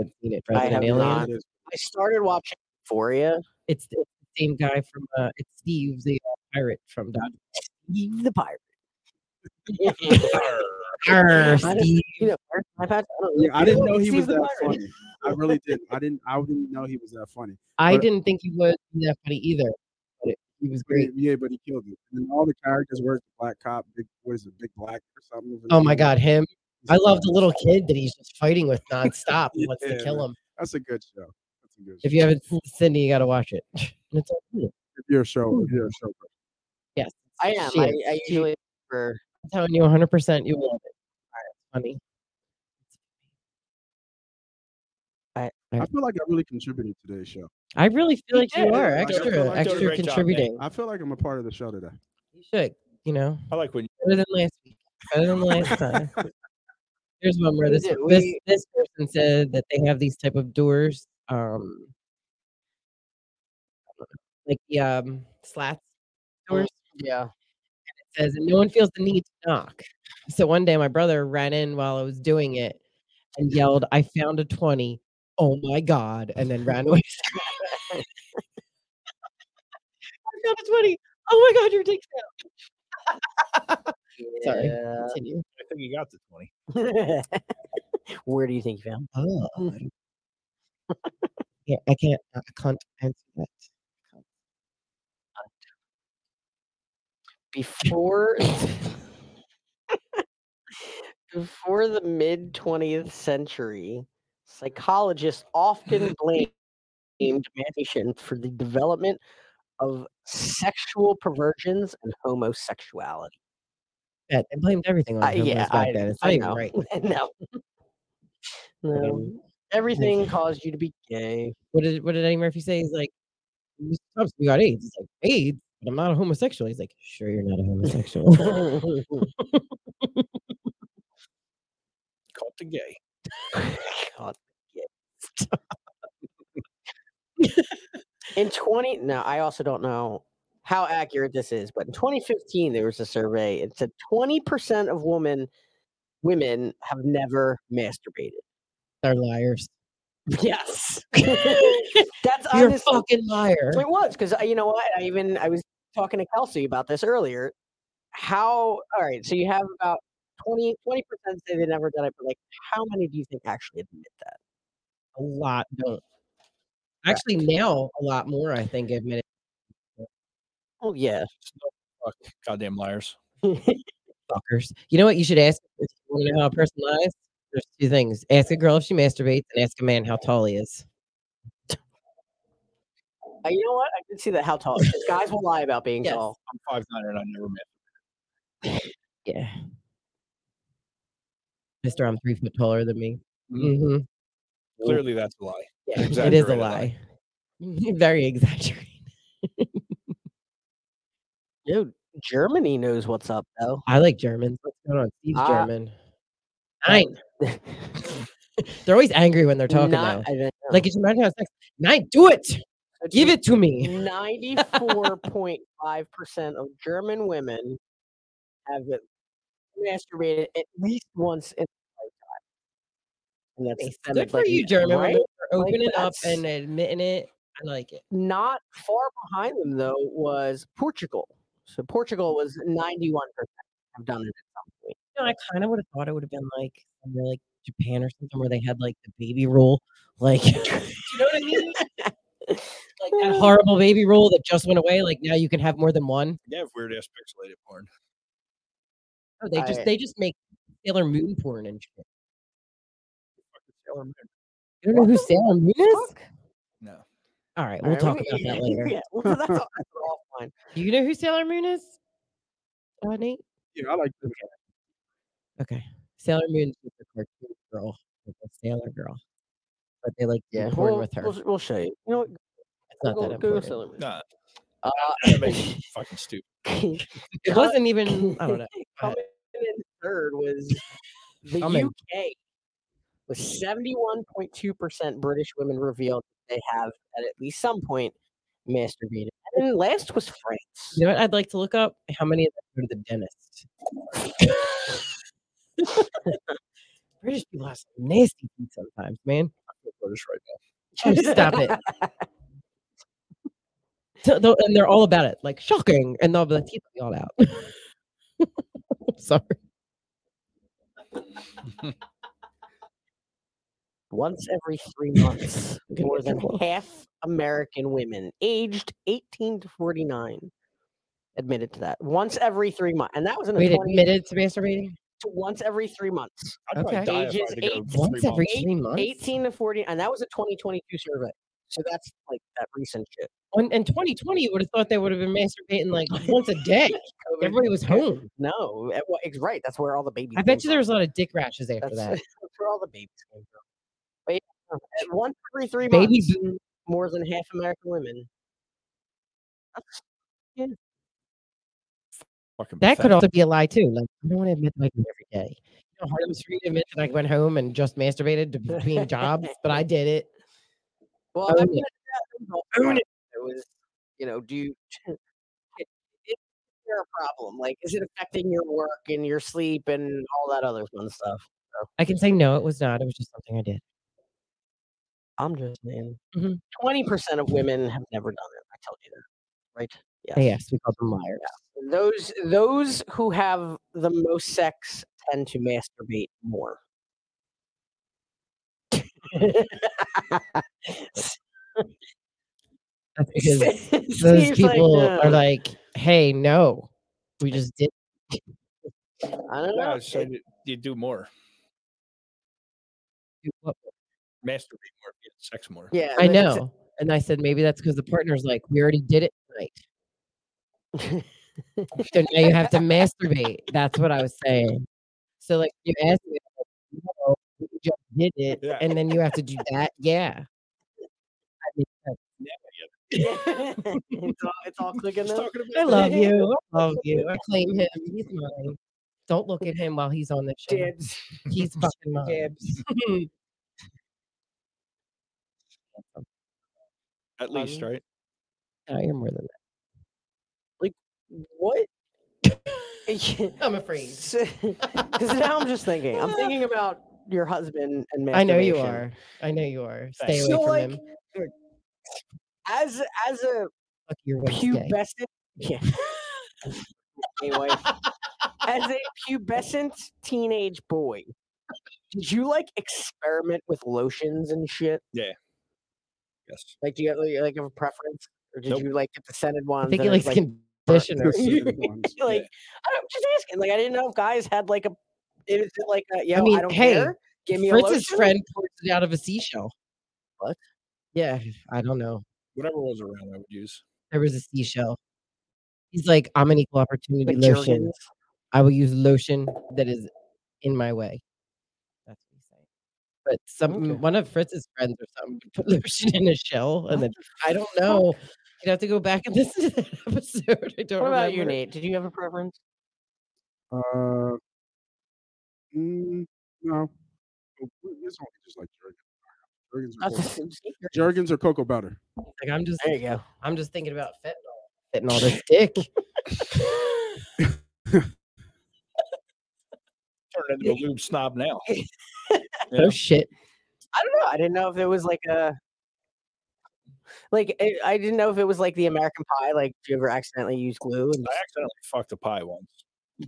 B: I've seen it,
C: I have
B: Resident Alien.
C: not.
D: It is-
C: I started watching Euphoria.
B: It's, it's the same guy from uh, it's Steve the uh, pirate from Dodgeball.
C: Steve the pirate.
B: Arr,
C: I didn't-
B: Steve.
C: You know, where's my patch? I don't
D: yeah,
C: know.
D: i didn't know
C: It's
D: he
C: Steve
D: was
C: the
D: that
C: Pirate.
D: funny i really didn't i didn't i didn't know he was that funny
B: I
D: but-
B: didn't think he was that funny either. But it, he was
D: But he-
B: great.
D: yeah, but he killed it. And then all the characters were the black cop, big what is it, big black or something?
B: Oh my god, him.
D: He's
B: I
D: like,
B: love the little kid that he's just fighting with nonstop and wants
D: Yeah,
B: to kill
D: man.
B: him.
D: That's a good show. That's a good show.
B: If you haven't seen Cindy, you got to watch it. And it's on Hulu.
D: If you're a show, if you're a show. person.
B: Yes.
C: I am.
B: she
C: I,
B: is.
C: I
B: She-
C: usually prefer.
B: I'm telling you 100% you will love it. It's funny.
C: I-
D: I feel like I really contributed to today's show.
B: I really feel
C: You
B: like you
C: did.
B: are
D: I
B: extra,
D: feel like you did a
B: extra
A: great job, Nick.
B: contributing.
D: I feel like I'm a part of the show today.
B: you should, you know,
A: I like when
B: better than last week, better than last time. Here's one where
C: We
B: this,
C: did-
B: this
C: we-
B: this person said that they have these type of doors, um, like the um, slats doors.
C: Yeah.
B: says, and no one feels the need to knock. So one day my brother ran in while I was doing it and yelled, I found a 20. Oh my God. And then ran away. screaming. I found a 20. Oh my God, you're taking out. Sorry.
C: Yeah.
B: Continue.
A: I think he got the 20.
C: Where do you think you found?
B: Oh. yeah, I can't. I can't answer that.
C: before before the mid 20th century psychologists often blamed masturbation for the development of sexual perversions and homosexuality
B: That- I blamed everything on
C: I-
B: him.
C: yeah, I-
B: back then. It's not
C: I
B: even
C: know.
B: right.
C: no no everything caused you to be gay
B: What did what did Eddie Murphy say? He's like, "You stops, you got AIDS. It's like AIDS, but I'm not a homosexual. He's like, sure, you're not a homosexual.
C: caught
A: Caught the gay.
C: Oh the gift. in 20 no i also don't know how accurate this is but in 2015 there was a survey it said 20% of women women have never masturbated
B: They're liars.
C: yes that's
B: You're a
C: honestly
B: fucking liar.
C: it was because you know what? I even I was talking to Kelsey about this earlier. How? All right. So you have about 20 percent say they've never done it, but like, how many do you think actually admit that?
B: A lot don't. Actually, now a lot more. I think admit it.
C: Oh yeah.
A: Fuck, goddamn liars.
B: Fuckers. You know what? You should ask if you want to know how a person lies. There's two things: ask a girl if she masturbates, and ask a man how tall he is.
C: Uh, you know what? I did see that. How tall? 'cause guys will lie about being
B: Yes.
C: tall.
A: I'm five nine and I never met.
B: Yeah. Mister, I'm three foot taller than me.
A: Mm.
B: hmm
A: Clearly, that's a lie.
C: Yeah.
A: An
B: It is a
A: exaggerated
B: lie. Very exaggerated.
C: Dude, Germany knows what's up though.
B: I like Germans. What's going on? Steve's
C: Ah,
B: German.
C: that-
B: Nine. They're always angry when they're talking
C: Not,
B: though. Like, could you imagine how sex? Nine, do it. Give it to me.
C: Ninety-four point five percent of German women have it masturbated at least once in their lifetime, and that's
B: Good for
C: like,
B: you, Oh German
C: right?
B: women, for
C: Like,
B: opening up
C: that's-
B: and admitting it. I like it.
C: Not far behind them though was Portugal. So Portugal was ninety-one percent have done it at some point.
B: You know, I kind of would have thought it would have been like somewhere like Japan or something where they had like the baby roll, like do you know what I mean? like that horrible baby roll that just went away. Like now you can have more than one.
A: They have weird ass pixelated porn.
B: Oh, they just
C: I-
B: they just make Sailor Moon porn and shit.
A: Sailor Moon.
B: You don't know who Sailor Moon is?
A: No.
B: All right, we'll
C: All right,
B: talk
C: we-
B: about that later.
C: yeah, well, that's, all, that's all fine.
B: Do you know who Sailor Moon is? Uh, Nate?
D: Yeah, I like the
B: Okay. Sailor Moon's just a cartoon girl, like a sailor girl. But they like yeah, porn
C: we'll,
B: with her.
C: We'll, sh- we'll show you. You know, what,
B: it's not that
C: Google, Google
B: important.
C: Sailor Moon.
A: Nah,
C: Uh,
A: animation's fucking stupid.
B: It
C: Cut.
B: wasn't even. I don't know. Go ahead.
C: Coming in third was the
B: Come in.
C: UK with seventy-one point two percent British women revealed that they have at at least some point masturbated, and then last was France.
B: You know what? I'd like to look up how many of them go to the dentist. British people have some nasty teeth sometimes, man.
A: British right now.
B: Oh, stop it. So they'll- and they're all about it, like shocking, and they'll be like, teeth will be all out. Sorry.
C: Once every three months,
B: Okay,
C: more than
B: cool.
C: half American women aged eighteen to forty-nine admitted to that. Once every three months, and that was in a
B: Wait,
C: twenty
B: admitted to masturbating?
C: to once every three months.
A: I'd probably
B: Okay.
A: die if I
C: Ages
A: had to go
C: eight-
A: for
B: Once
A: three
B: every
A: months.
B: three months?
C: 18 to 40 and that was a 2022 survey so that's like that recent shit
B: On, in 2020, you would have thought they would have been masturbating like once a day.
C: COVID.
B: Everybody was home.
C: no eh, well, it's right that's where all the babies
B: I
C: came
B: bet you
C: from.
B: there was a lot of dick rashes after
C: that's,
B: that.
C: that's where all the babies came from but yeah, no, at once every three
B: Baby
C: months
B: boom.
C: more than half american women That's-
A: Fucking
B: That could
A: pathetic.
B: also be a lie too. Like I don't want to admit that I do it every day. You know, how hard it was for me to admit that I went home and just masturbated to between jobs, but I did it.
C: well
B: Own
C: I
B: it.
C: mean, that- that was also it was you know do you is there a problem like is it affecting your work and your sleep and all that other fun stuff
B: I can say no, it was not. It was just something I did.
C: i'm just saying
B: Mhm.
C: 20% of women have never done it i told you that right
B: Yes, we called them liars.
C: those those who have the most sex tend to masturbate more.
B: That's because
C: Seems
B: those
C: like uh
B: people are
C: no.
B: like, hey, no, we just did.
C: I don't know.
A: Yeah, so you, you do more,
B: what-
A: masturbate more, you get sex more.
C: Yeah,
B: I
C: that's-
B: know. And I said, maybe that's because the partner's like, we already did it tonight. So now you have to masturbate. That's what I was saying. So, like, you asked me, I'm like, no, we just did it.
A: Yeah.
B: And then you have to do that. Yeah. I mean,
C: it's, all, it's all clicking
A: Just
C: though.
A: talking
B: I
A: about
B: love you. I love you. I claim him. He's mine. Don't look at him while he's on the show.
C: Dibs.
B: He's fucking mine.
C: Dibs.
A: at least,
C: Um,
A: right?
B: No, you're more than
C: What?
B: that. I'm afraid.
C: Because now I'm just thinking. I'm thinking about your husband and
B: I know you
C: masturbation.
B: are. I know you are. Stay away
A: Thanks.
C: So,
B: from
C: like,
B: him.
C: As as a
B: Fuck your Wednesday.
C: pubescent, yeah. anyway, as a pubescent teenage boy, did you like experiment with lotions and shit?
A: Yes.
C: Like, do you have, like, like have a preference, or did
A: Nope.
C: you like get the scented ones?
B: I think
C: and
B: he
C: it
B: likes
C: was, like,
B: conditioner.
D: Those scented ones.
C: like I don't, just asking. Like I didn't know if guys had like a. It was like a, yo, I,
B: mean,
C: don't
B: hey,
C: care. Give me a
B: Fritz's
C: lotion.
B: friend pours it out of a seashell.
C: What?
B: Yeah, I don't know.
A: Whatever was around, I would use.
B: There was a seashell. He's like, I'm an equal opportunity
C: Like
B: lotion.
C: Jergens.
B: I will use lotion that is in my way. That's what he's saying. But some
C: Okay.
B: one of Fritz's friends or something would put lotion in a shell, and then I don't know. You'd have to go back and listen to that episode. I don't
C: What about you,
B: remember.
C: Nate? Did you have a preference?
D: Uh, mm, no. Oh, It's only just like Jergens. Jergens
C: I
D: are
C: was
D: cocoa-
C: just-
D: Jergens or cocoa butter.
B: Like I'm just,
C: There you go.
B: I'm just thinking about fentanyl, fentanyl to stick.
A: Turn into a lube snob now.
B: Oh
A: Yeah.
B: shit!
C: I don't know. I didn't know if it was like a. Like I, I didn't know if it was like the American Pie. Like, do you ever accidentally use glue? And
A: I accidentally fucked a pie once.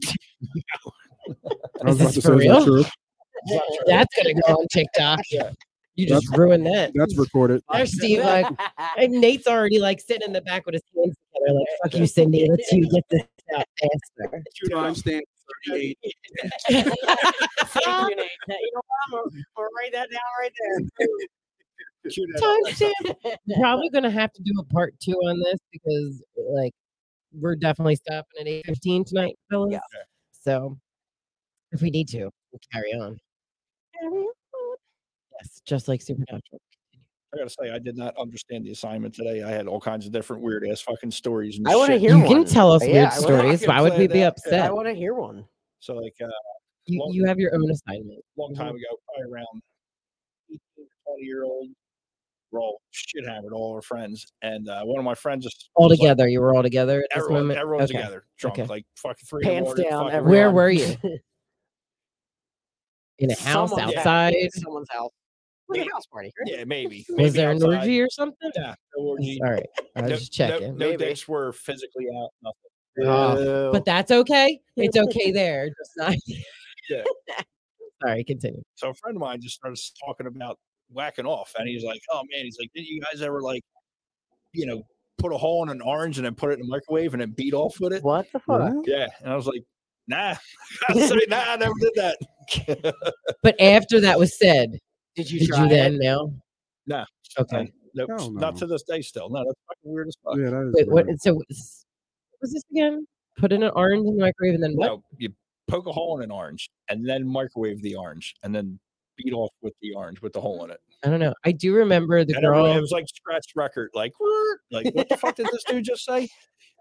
D: I was
B: Is this
D: about to
B: for
D: say, is that
B: real?
D: true?
B: That's gonna go on TikTok. You just ruined that.
D: That's recorded.
B: There's
C: uh,
B: Steve like, and Nate's already like sitting in the back with his hands together, like, "Fuck you, Cindy. Let's you get this out faster."
A: Shoot it up.
D: Timestamp
C: Thank
D: 38.
C: uh, you, Nate. You know what? I'm gonna write that down right there.
A: Shoot it up.
B: Timestamp. We're probably gonna have to do a part two on this because, like, we're definitely stopping at eight fifteen tonight, fellas.
C: Yeah.
B: So, if we need to, we'll carry on. Yes, just like Supernatural.
A: I gotta say, I did not understand the assignment today. I had all kinds of different weird ass fucking stories. And
C: I wanna
A: shit.
C: hear
B: you
C: one.
B: can tell us
C: Yeah,
B: weird
C: I wanna-
B: stories.
A: can
B: Why would
A: play
B: we be
A: that.
B: upset?
C: I want to hear one.
A: So like uh,
B: you,
A: long-
B: you have your own assignment.
A: long
B: Mhm.
A: time ago, probably around 18 or 20 year old. We're all shit hammered, all our friends. And uh, one of my friends just
B: All
A: was like,
B: together, you were all together at this
A: everyone,
B: moment.
A: everyone's
B: Okay.
A: together, drunk,
B: okay.
A: like fucking three. in the
C: Pants
A: morning,
C: down.
A: fucking-
B: Where
C: everyone.
B: were you? In a house
C: Someone's
B: outside?
C: Someone's house. It was a house party. right?
A: Yeah, maybe.
B: Was
A: maybe
B: there an
A: outside.
B: orgy or something?
A: Yeah, no orgy.
B: All right, I was
A: No-
B: just
A: no-
B: checking.
A: No,
C: Maybe.
A: dicks were physically out. Nothing.
C: Oh.
B: But that's okay. It's okay there. Just not.
A: Yeah.
B: Sorry, continue.
A: So a friend of mine just started s- talking about whacking off, and he's like, "Oh man," he's like, "Did you guys ever like, you know, put a hole in an orange and then put it in the microwave and then beat off with it?"
C: what the fuck?
B: Hmm?
D: What?
A: Yeah, and I was like, "Nah, I say, nah, I never did that."
B: But after that was said,
C: Did you
B: did
C: try
B: you
C: it?
B: then know?
A: No.
B: Okay.
A: Nope,
D: Hell
A: not
D: no.
A: to this day. Still, no, that's fucking weird as fuck.
D: Yeah, that is
B: Wait, what?
D: weird.
B: So what is- what was this again? Put in an orange in the microwave and then what?
A: No, you poke a hole in an orange and then microwave the orange and then beat off with the orange with the hole in it.
B: I don't know. I do remember the
A: And everyone, it
B: girl.
A: was like scratch record, like "Whirr," like what the fuck did this dude just say?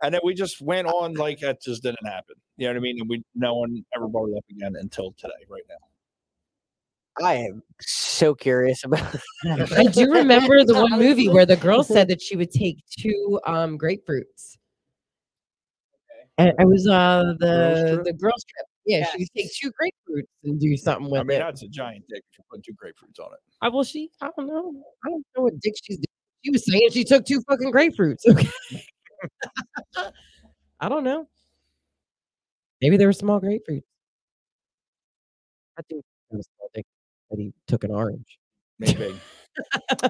A: And then we just went on like that just didn't happen. You know what I mean? And we no one ever brought it up again until today, right now.
C: I am so curious about.
B: I do remember the one movie
C: Honestly.
B: where the girl said that she would take two um, grapefruits. And it was uh, the
D: trip?
B: the girls trip. Yeah, she would take two grapefruits and do something with
A: I mean,
B: it.
A: that's a giant dick if you put two grapefruits on it.
B: I well, she. I don't know. I don't know what dick she's. Doing. She was saying she took two fucking grapefruits. Okay. I don't know. Maybe they were small grapefruits. I think kind of Celtic that he took an orange.
A: Maybe.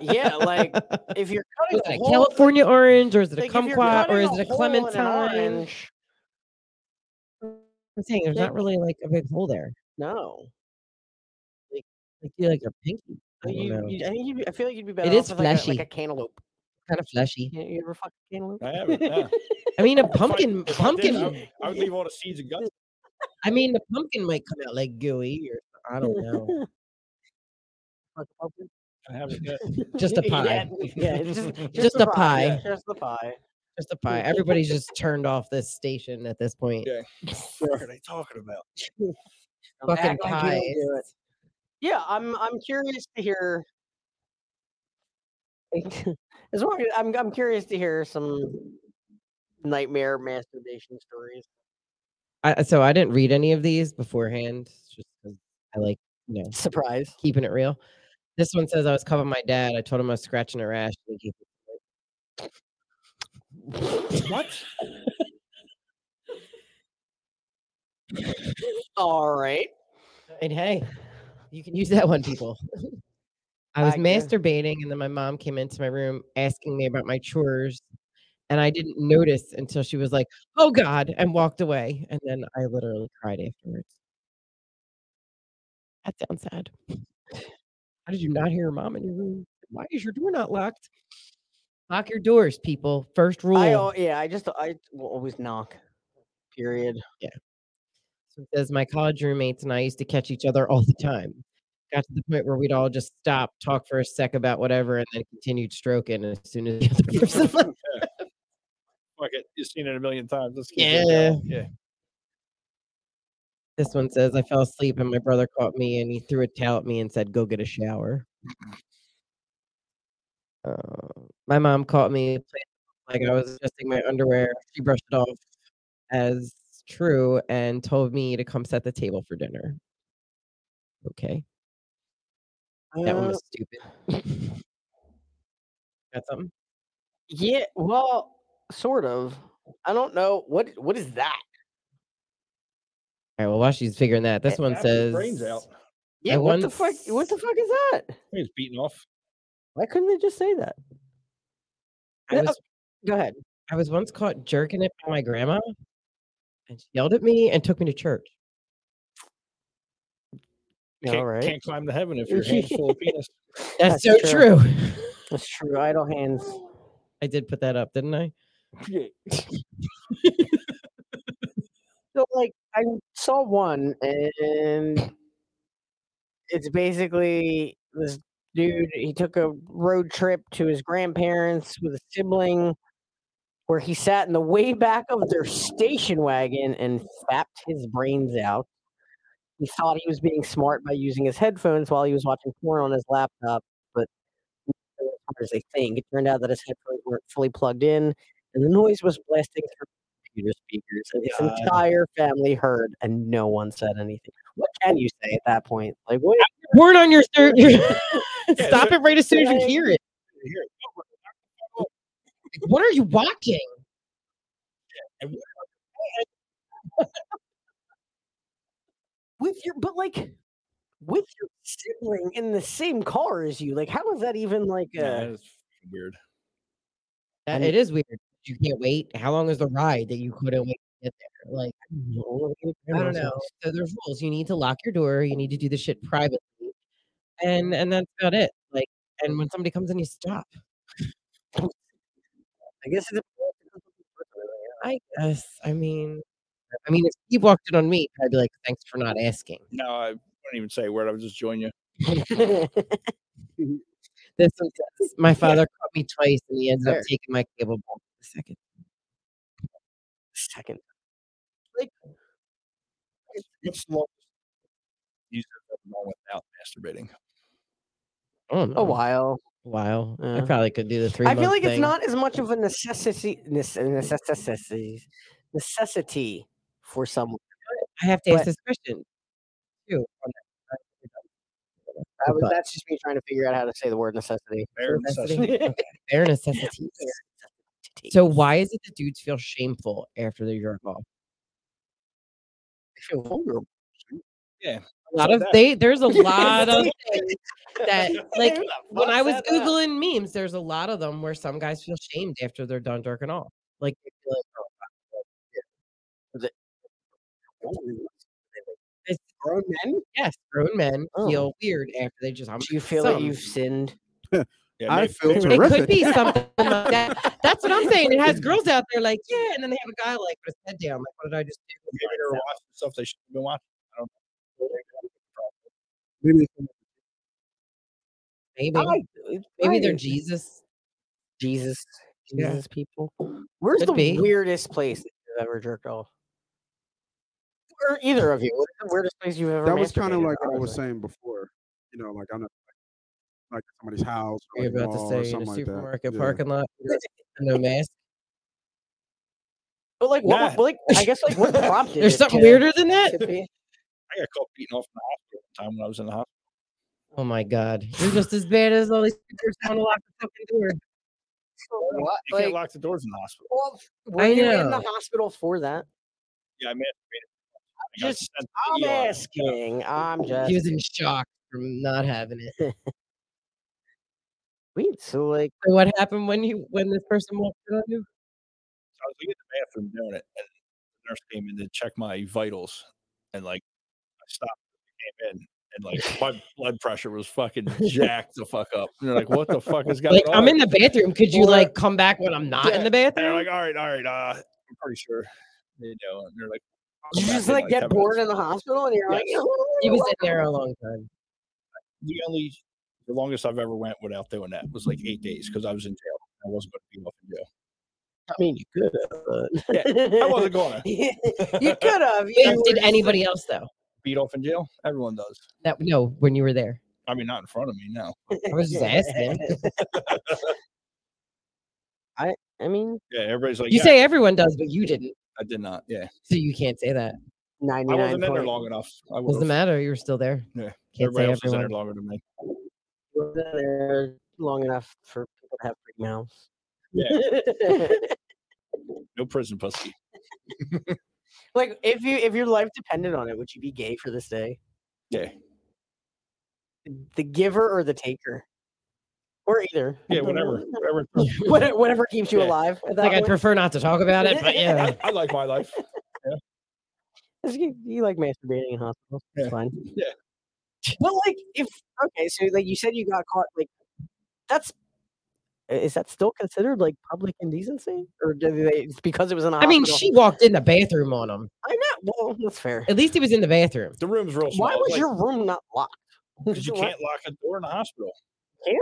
C: yeah, like if you're cutting
B: Was
C: a
B: it a
C: hole-
B: California orange, or is it a
C: like, if you're
B: kumquat, or
C: cutting
B: is it a
C: hole in an
B: clementine?
C: orange,
B: I'm saying there's
C: Yeah.
B: not really like a big hole there.
C: No,
B: Like you like a pinky. I don't
C: you,
B: know.
C: you- I think you'd be, I feel like you'd be better.
B: is
C: off with, like, a, like
B: fleshy.
C: a cantaloupe.
B: Kind of fleshy.
C: You, you ever fuck a cantaloupe?
A: I haven't. yeah.
B: I mean, a
A: If I-
B: pumpkin.
A: if I did,
B: pumpkin.
A: I, would- I would leave all the seeds and guts.
B: I mean, the pumpkin might come out like gooey, or I don't know.
C: Fuck a pumpkin?
A: I haven't yet.
B: Just a
C: Yeah,
B: pie.
C: Yeah, it's just, just,
B: Just
C: the
B: a
C: yeah,
B: pie.
C: Just the pie.
B: Just a pie. Everybody's just turned off this station at this point.
A: Yeah. What are they talking about?
C: Don't
B: Fucking
C: act like you don't
B: pies.
C: do it. Yeah, I'm. I'm curious to hear. as long as I'm, I'm curious to hear some nightmare masturbation stories.
B: I, so I didn't read any of these beforehand, just 'cause I like you know
C: Surprise.
B: keeping it real. This one says I was covering my dad. I told him I was scratching a rash. and he gave me-
A: What?
C: All right.
B: And hey, you can use that one, people. I was
C: I guess.
B: masturbating, and then my mom came into my room asking me about my chores, and I didn't notice until she was like, "Oh God," and walked away, and then I literally cried afterwards. That sounds sad. How did you not hear your mom in your room? Why is your door not locked? Lock your doors, people. First rule.
C: I al- yeah. I just I will always knock. Period.
B: So it says my college roommates and I used to catch each other all the time. Got to the point where we'd all just stop, talk for a sec about whatever, and then continued stroking as soon as the other person left.
A: Fuck it. You've seen it a million times. Let's keep it going. Yeah.
B: This one says I fell asleep and my brother caught me and he threw a towel at me and said, "Go get a shower." Uh, my mom caught me like I was adjusting my underwear. She brushed it off as true and told me to come set the table for dinner. Okay. That one
C: Uh,
B: was stupid. Got something?
C: yeah. Well, sort of. I don't know what what is that.
B: All right. Well, while she's figuring that, this
A: That-
B: one
A: that put
B: says,
A: his brains out.
C: Yeah.
B: I
C: what the fuck? What the
B: once-
C: fuck is that?
A: He was beaten off.
C: Why couldn't they just say that?
B: I
C: Yeah,
B: was,
C: Go ahead.
B: I was once caught jerking it by my grandma, and she yelled at me and took me to church.
A: Can't,
C: All right.
A: can't climb to heaven if your hands full of penis.
B: That's,
C: That's
B: so
C: true.
B: true.
C: That's true. Idle hands.
B: I did put that up, didn't I?
C: So like I saw one and it's basically this dude he took a road trip to his grandparents with a sibling where he sat in the way back of their station wagon and fapped his brains out. He thought he was being smart by using his headphones while he was watching porn on his laptop, but as hard as they think, it turned out that his headphones weren't fully plugged in and the noise was blasting through computer speakers and his
A: God.
C: entire family heard and no one said anything. What can you say at that point? Like what
B: Word on your third. Stop
A: so-
B: it right as soon as you
C: Right.
B: hear it.
A: Here,
B: What are you watching?
C: with your but like with your sibling in the same car as you like how is that even like uh,
A: Yeah,
C: a
A: that's weird.
B: That-
C: And-
B: it is weird. You can't wait. How long is the ride that you couldn't wait to get there? Like. Mm-hmm. I don't know. So there's rules. You need to lock your door. You need to do the shit privately, and and that's about it. Like, and when somebody comes in, you stop.
C: i guess it's
B: I guess. I mean, I mean, if he walked in on me, I'd be like, "Thanks for not asking."
A: No, I wouldn't even say a word. I would just join you.
B: This one says, "My father caught me twice, and he ended
C: Fair.
B: up taking my cable back." The second,
C: second
A: What's the longest you said that long without masturbating?
B: I don't know.
C: a while
B: Oh, Wow, I
C: Yeah.
B: probably could do the three.
C: i feel
B: month
C: like it's
B: thing.
C: not as much of a necessity necess- necessity necessity for someone
B: I have to ask
C: but-
B: this question too. on that.
C: I was,
B: But-
C: that's just me trying to figure out how to say the word necessity
A: Bare
B: necessity.
A: necessity.
B: Okay, Bare necessities. So why is it that dudes feel shameful after they jerk off?
C: I feel vulnerable
A: Yeah.
B: a lot of
A: that.
B: they there's a lot of
C: see?
B: things that like when
C: fuck
B: I was
A: uh,
C: that up?
B: googling memes, there's a lot of them where some guys feel shamed after they're done jerking off. Like, they feel like, "Oh, It's-
C: grown men.
B: oh, yes, grown men
C: Oh.
B: feel weird after they just. I'm
C: Do you feel that
B: some.
C: you've sinned?
A: Yeah,
D: I
A: maybe-
D: feel
A: maybe-
B: It could
D: terrific.
B: be something like that. That's what I'm saying. It has girls out there like, yeah, and then they have a guy like with his head down, like, what did I just do?
A: maybe they're watching stuff they should have been watching. I don't know.
D: Maybe it's in
B: Maybe,
C: I-
B: maybe they're
C: right.
B: Jesus.
C: Jesus,
B: Yeah.
C: Jesus people. Where's
B: Could
C: the
B: be.
C: weirdest place that you've ever jerked off? Or either of you? What's the weirdest place you've ever?
D: that was kind of
C: masturbated,
D: like what I was
C: honestly?
D: saying before. You know, like I know, like somebody's house or
B: You're
D: like a
B: about to
D: mall or
B: say in a
D: something like that.
B: supermarket
D: Yeah.
B: parking lot, you're no mask.
C: But like, what?
A: Nah.
C: would- like, I guess like what prompted?
B: There's
C: it
B: something
C: to-
B: weirder than that.
C: to be-
A: I got caught beating off in the hospital one time when I was in the hospital.
B: Oh my God, you're just as bad as all these people trying to lock the fucking door.
C: What?
A: You
C: Like,
A: can't lock the doors in the hospital.
C: well, were
B: I
C: you
B: know.
C: in the hospital for that?
A: Yeah, I masturbated. I got
C: Just-
A: sent
C: I'm
A: to the ER.
C: asking. I'm just.
B: He was in shock from not having it.
C: Wait, so like,
B: So what happened when you when this person walked in on you?
A: So I was leaving the bathroom doing it, and the nurse came in to check my vitals, and like I stopped, came in, and like my blood pressure was fucking jacked the fuck up. And they're like, "What the fuck is going
B: Like
A: on?"
B: I'm in the bathroom. Could you
A: Or-
B: like come back when I'm not in
A: Yeah.
B: the
A: And they're
B: bathroom?
A: like, "All right, all right, uh, I'm pretty sure." You know, and they're like,
C: did you
A: "Come
C: just
A: back in,
C: like get
A: 10
C: bored
A: minutes."
C: in the hospital and you're like,
A: Yes.
B: He
D: "Oh,
B: was in there a long time.
A: The only, the longest I've ever went without doing that was like eight days because I was in jail. I wasn't going to be off in jail.
C: I mean, you could have.
A: I wasn't going to
C: you could have.
B: Did- Did anybody else though?
A: beat off in jail. Everyone does.
B: That no, when you were there,
A: I mean, not in front of me. No.
B: I was just asking.
C: I I mean,
A: Yeah, everybody's like,
B: You
A: "Yeah,
B: say everyone does, but you didn't,
A: I did not. Yeah,
B: so you can't say that.
A: I
C: ninety nine
A: wasn't in there
C: point.
A: long enough. I was.
B: Doesn't matter. You were still there.
A: Yeah.
B: Can't
A: Everybody else
B: say
A: was in there
B: everyone.
A: longer than me.
C: wasn't there long enough for people to have big mouths.
A: No prison pussy.
C: like if you if your life depended on it, would you be gay for this day?
A: Yeah.
C: The giver or the taker, or either.
A: Yeah, whatever. Whatever.
C: What- whatever keeps you
A: Yeah.
C: alive. at
B: Like
C: that
B: I'd
C: point.
B: prefer not to talk about it, but yeah.
A: I, I like my life.
C: You, you like masturbating in hospitals. It's
A: Yeah.
C: fine.
A: Yeah.
C: But like, if okay, so like you said, you got caught. Like, that's is that still considered like public indecency, or do they? It's because it was an.
B: I mean, she walked in the bathroom on him.
C: I know. Well, that's fair.
B: At least he was in the bathroom.
A: The room's real small.
C: Why was
A: like,
C: your room not locked?
A: Because you
C: Why-
A: can't lock a door in a hospital.
B: You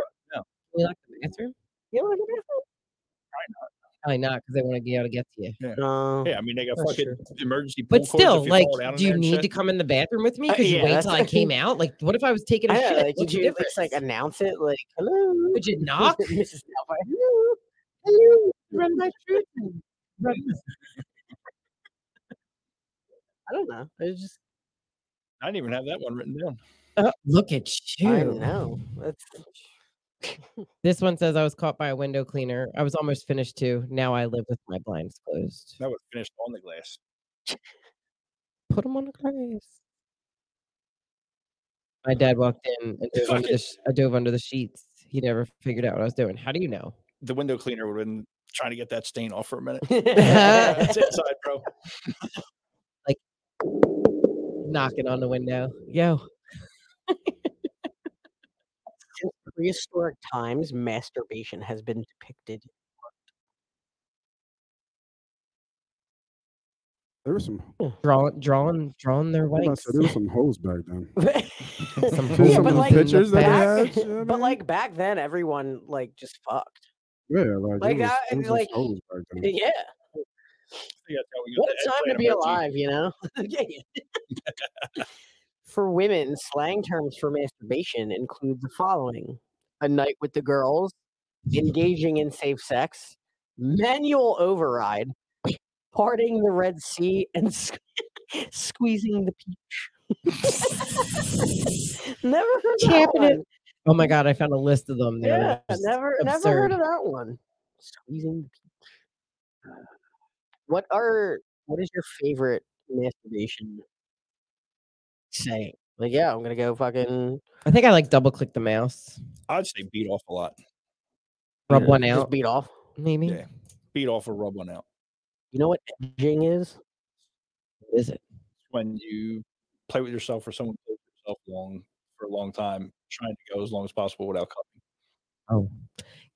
B: like the bathroom?
C: You don't have a
B: Probably not, because they want to be able to get to you.
C: bathroom? No.
A: Yeah, I mean they got
C: That's
A: fucking emergency.
B: But
A: pull cords if
B: still,
A: you
B: like,
A: fall down in
B: do
A: there
B: you
A: and
B: need
A: shit.
B: to come in the bathroom with me?
C: Uh,
B: Because
C: yeah,
B: you wait
C: that's-
B: till I came out. Like, what if I was taking a
C: I know,
B: shit?
C: like,
B: What'd
C: did
B: you
C: you
B: do
C: at least
B: for
C: like
B: this?
C: announce it? Like, hello,
B: Would you knock?
C: Mrs. Doubtfire, hello, hello, run my children. Run my-" I don't know. I was just
A: I didn't even have that one written down.
B: Uh, look at
C: I
B: you.
C: know. That's
B: This one says I was caught by a window cleaner. I was almost finished too. Now I live with my blinds closed.
A: That was finished on the glass.
B: Put them on the grass. My dad walked in and dove under, the sh- I dove under the sheets. He never figured out what I was doing. How do you know?
A: The window cleaner would have been trying to get that stain off for a minute.
B: Yeah.
A: it's inside, bro.
B: Knocking on the window. Yo.
C: since prehistoric times, masturbation has been depicted.
D: There was some.
B: Drawing, drawing, drawing their
D: I'm about
B: wanks.
D: to say, there was some hoes back then.
B: Some
D: Yeah,
B: hoes
D: but
B: in the
D: like, pictures that they
B: back.
D: had, yeah,
C: but
D: man.
C: like back then, everyone like just fucked.
D: Yeah, like,
C: Like,
D: there was,
C: I-
D: there was
C: like,
D: some hoes back then.
C: Yeah,
A: I think that's how we got
C: what
A: the
C: a
A: eggplant
C: time to be
A: emoji.
C: alive, you know. Yeah. for women, slang terms for masturbation include the following: a night with the girls, engaging in safe sex, manual override, parting the Red Sea, and sque- squeezing the peach. never heard that
B: Tapping it.
C: one.
B: Oh my god, I found a list of them. There.
C: Yeah,
B: Just
C: never, never heard
B: absurd.
C: of that one. Squeezing uh, the peach. What are? What is your favorite masturbation saying? Like, yeah, I'm gonna go fucking
B: I think I like double click the mouse,
A: I'd say beat off a lot.
B: rub one
C: just
B: out,
C: beat off.
B: maybe.
A: Yeah. Beat off or rub one out.
C: You know what edging is?
B: Is it?
A: When you play with yourself or someone plays with yourself long for a long time, trying to go as long as possible without coming.
B: Oh,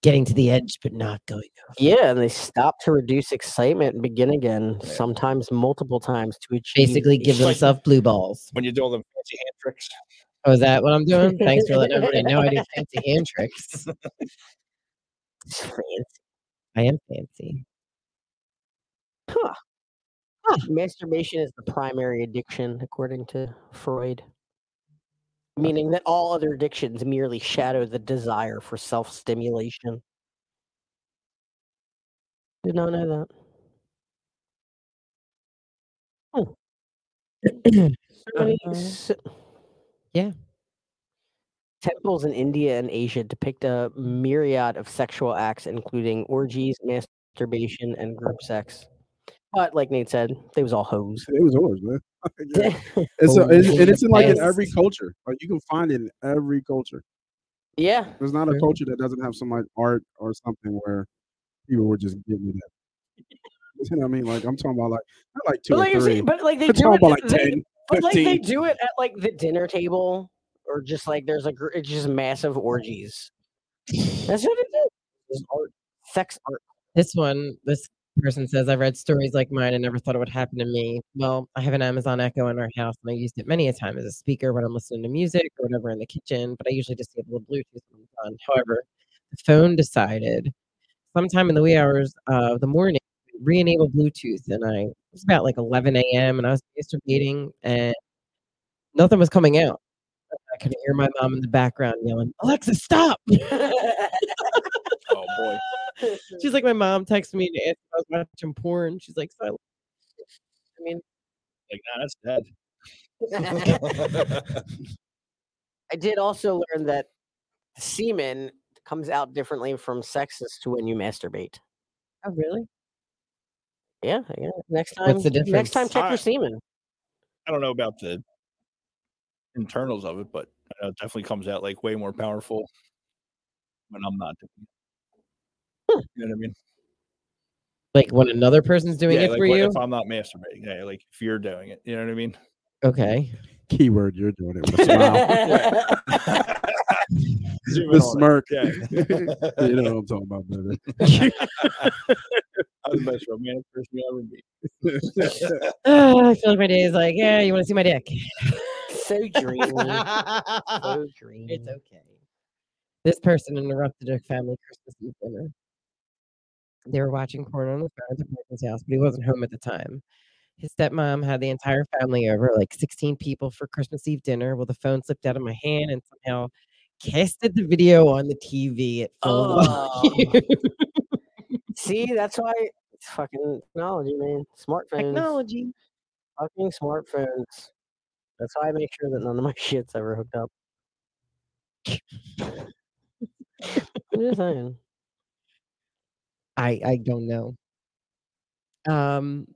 B: getting to the edge but not going. Over.
C: Yeah, and they stop to reduce excitement and begin again,
A: Yeah.
C: sometimes multiple times to achieve.
B: Basically, give
C: a-
A: like-
B: themselves blue balls.
A: When you do all the fancy hand tricks,
B: Oh, is that what I'm doing? Thanks for letting everybody know I do fancy hand tricks. I am fancy.
C: Masturbation is the primary addiction, according to Freud, meaning that all other addictions merely shadow the desire for self stimulation. Did not know that. Hmm. Somebody
B: Uh,
C: s-
B: yeah.
C: Temples in India and Asia depict a myriad of sexual acts, including orgies, masturbation, and group sex. But like Nate said, they was all hoes.
D: It was ours, man. Yeah. It's, a,
B: Oh,
D: it's and
B: the
D: it's in like in every
B: best.
D: culture. Like you can find it in every culture.
C: yeah,
D: There's not a
B: True.
D: culture that doesn't have some like art or something where people were just getting it. At. You know what I mean? Like I'm talking about like not like two
C: but like,
D: or
C: I'm
D: three.
C: saying, but like they
D: I'm
C: do
D: talking
C: it.
D: about like
C: they,
D: 10,
C: but like they
D: 15.
C: do it at like the dinner table, or just like there's a gr- it's just massive orgies. That's what it is. It's art, sex art.
B: This one, this person says, I've read stories like mine and never thought it would happen to me. Well, I have an Amazon Echo in our house and I used it many a time as a speaker when I'm listening to music or whatever in the kitchen, but I usually disable the Bluetooth when I'm done. However, the phone decided sometime in the wee hours of the morning, to re-enable Bluetooth. And I it was about like 11 a.m. and I was masturbating and nothing was coming out. I could hear my mom in the background yelling, Alexa, stop.
A: oh boy,
B: She's like, my mom texted me to ask if I was watching porn. She's like, so I, I mean,
A: like nah, that's dead.
C: I did also learn that semen comes out differently from sex as to when you masturbate.
B: oh, really?
C: Yeah, I guess. Next time,
B: What's the
C: next time,
B: difference?
C: check
A: I-
C: your semen.
A: I don't know about the internals of it, but I know it definitely comes out like way more powerful when I'm not doing it. You know what I mean?
B: Like when another person's doing
A: yeah,
B: it
A: like
B: for
A: when-
B: you?
A: if I'm not masturbating, yeah, like if you're doing it, you know what I mean?
B: okay.
D: Keyword, you're doing it with a smile.
A: Zoom
D: the
A: in on it.
D: smirk.
A: Yeah.
D: you know what I'm talking about, brother.
A: I'm the most romantic person you'll ever meet.
B: Ah, I feel like my day is like, yeah, you want to see my dick?
C: so dreamy.
B: it's
C: so dreamy.
B: okay. This person interrupted a family Christmas Eve dinner. They were watching porn on the phone at the person's house, but he wasn't home at the time. His stepmom had the entire family over, like 16 people for Christmas Eve dinner. Well, the phone slipped out of my hand and somehow casted the video on the TV at full
C: Oh.
B: volume.
C: See, that's why it's fucking technology, man. Smartphones.
B: Technology.
C: Fucking smartphones. That's why I make sure that none of my shit's ever hooked up. I'm just saying.
B: I I don't know. Um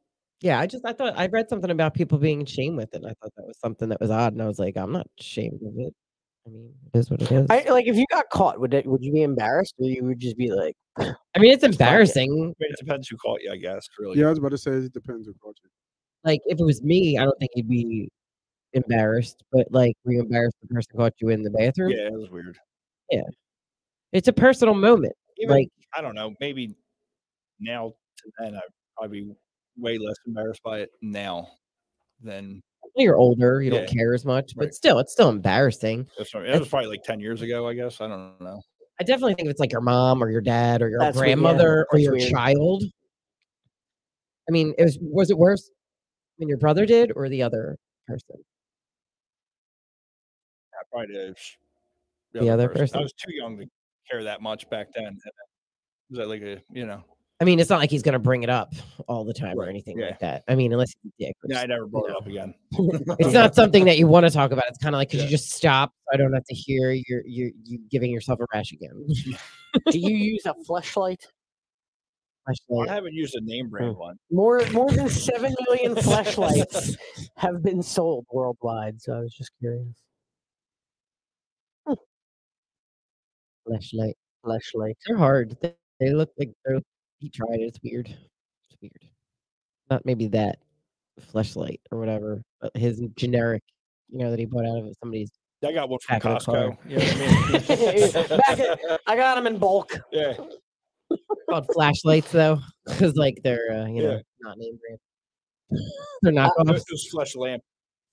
B: yeah, I just I thought I read something about people being shamed with it. And I thought that was something that was odd, and I was like, I'm not ashamed of it. I mean, it is what it is.
C: I
B: I,
C: like if you got caught, would it, would you be embarrassed, or you would just be like,
B: mean, it's
C: fuck it.
B: embarrassing.
A: I mean, it depends who caught you, I guess, really.
D: yeah, I was about to say it depends on culture.
B: Like if it was me, I don't think you'd be embarrassed, but like were you embarrassed the person caught you in the bathroom?
A: Yeah, it was weird.
B: It's a personal moment.
A: Even-
B: like
A: I don't know. Maybe now to then, I'd probably be way less embarrassed by it now than
B: when you're older, you
A: Yeah.
B: don't care as much,
A: Right.
B: but still, it's still embarrassing.
A: that's what, that was probably like 10 years ago, I guess. I don't know.
B: I definitely think if it's like your mom or your dad or your
C: That's weird, yeah.
B: grandmother or
C: That's
B: your
C: weird.
B: child. I mean, it was was it worse when your brother did or the other person?
A: I probably the, sh-
B: The other
A: I
B: person.
A: was too young to care that much back then. and then- Was that like a, you know,
B: I mean, it's not like he's going to bring it up all the time or
A: Right,
B: anything
A: yeah.
B: like that. I mean, unless he's a dick. which
A: yeah, I
B: is-
A: never brought it up again.
B: it's not something that you want to talk about. It's kind of like, could
A: Yeah.
B: you just stop? I don't have to hear you're you you giving yourself a rash again.
C: "Do you use a flashlight?"
B: flashlight.
A: I haven't used a name brand one.
C: More more than seven million flashlights have been sold worldwide. So I was just curious.
B: Flashlight.
C: Flashlight.
B: They're hard. They, they look like they're. He tried it. It's weird. It's weird. Not maybe that flashlight or whatever, but his generic, you know, that he bought out of somebody's.
A: I got one from
B: Back of the car.
A: Costco. You know what I mean?
C: Back I got them in bulk.
A: yeah.
B: called flashlights though, because like they're uh, you
A: Yeah.
B: know not name brand. They're not
A: It was- it was flesh lamp.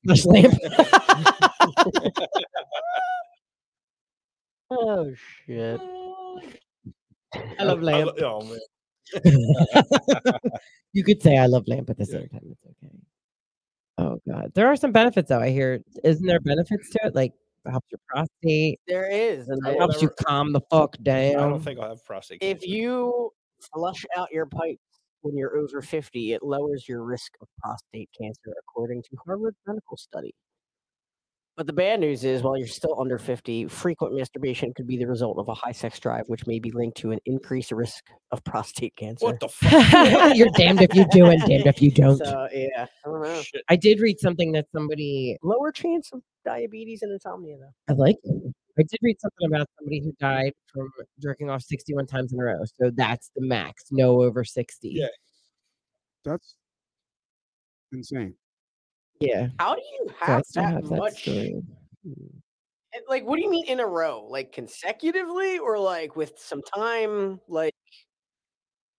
B: flashlight.
C: Oh shit.
B: I love
A: I
B: lamp.
A: lo- oh, man.
B: you could say I love lamp at the
A: Yeah.
B: same time. It's okay. Oh god, there are some benefits though. I hear, isn't there benefits to it? Like it helps your prostate,
C: There is, and
A: I
C: I-
A: will
B: helps you
A: never-
B: calm the fuck
A: I
B: down.
A: don't think I'll have prostate
C: if
A: cancer.
C: you flush out your pipes when you're over 50, it lowers your risk of prostate cancer, according to Harvard Medical Study. But the bad news is, while you're still under 50, frequent masturbation could be the result of a high sex drive, which may be linked to an increased risk of prostate cancer.
A: what the fuck?
B: You're damned if you do and damned if you don't.
C: So, yeah, I don't know.
A: Shit.
B: I did read something that somebody
C: Lower chance of diabetes and insomnia, though.
B: I like it. I did read something about somebody who died from jerking off 61 times in a row. So that's the max, no over 60.
A: Yeah.
D: That's insane.
B: Yeah.
C: How do you
B: So I
C: have
B: still
C: that
B: have that
C: much?
B: story.
C: And, eh, Like, what do you mean in a row? Like consecutively, or like with some time? Like,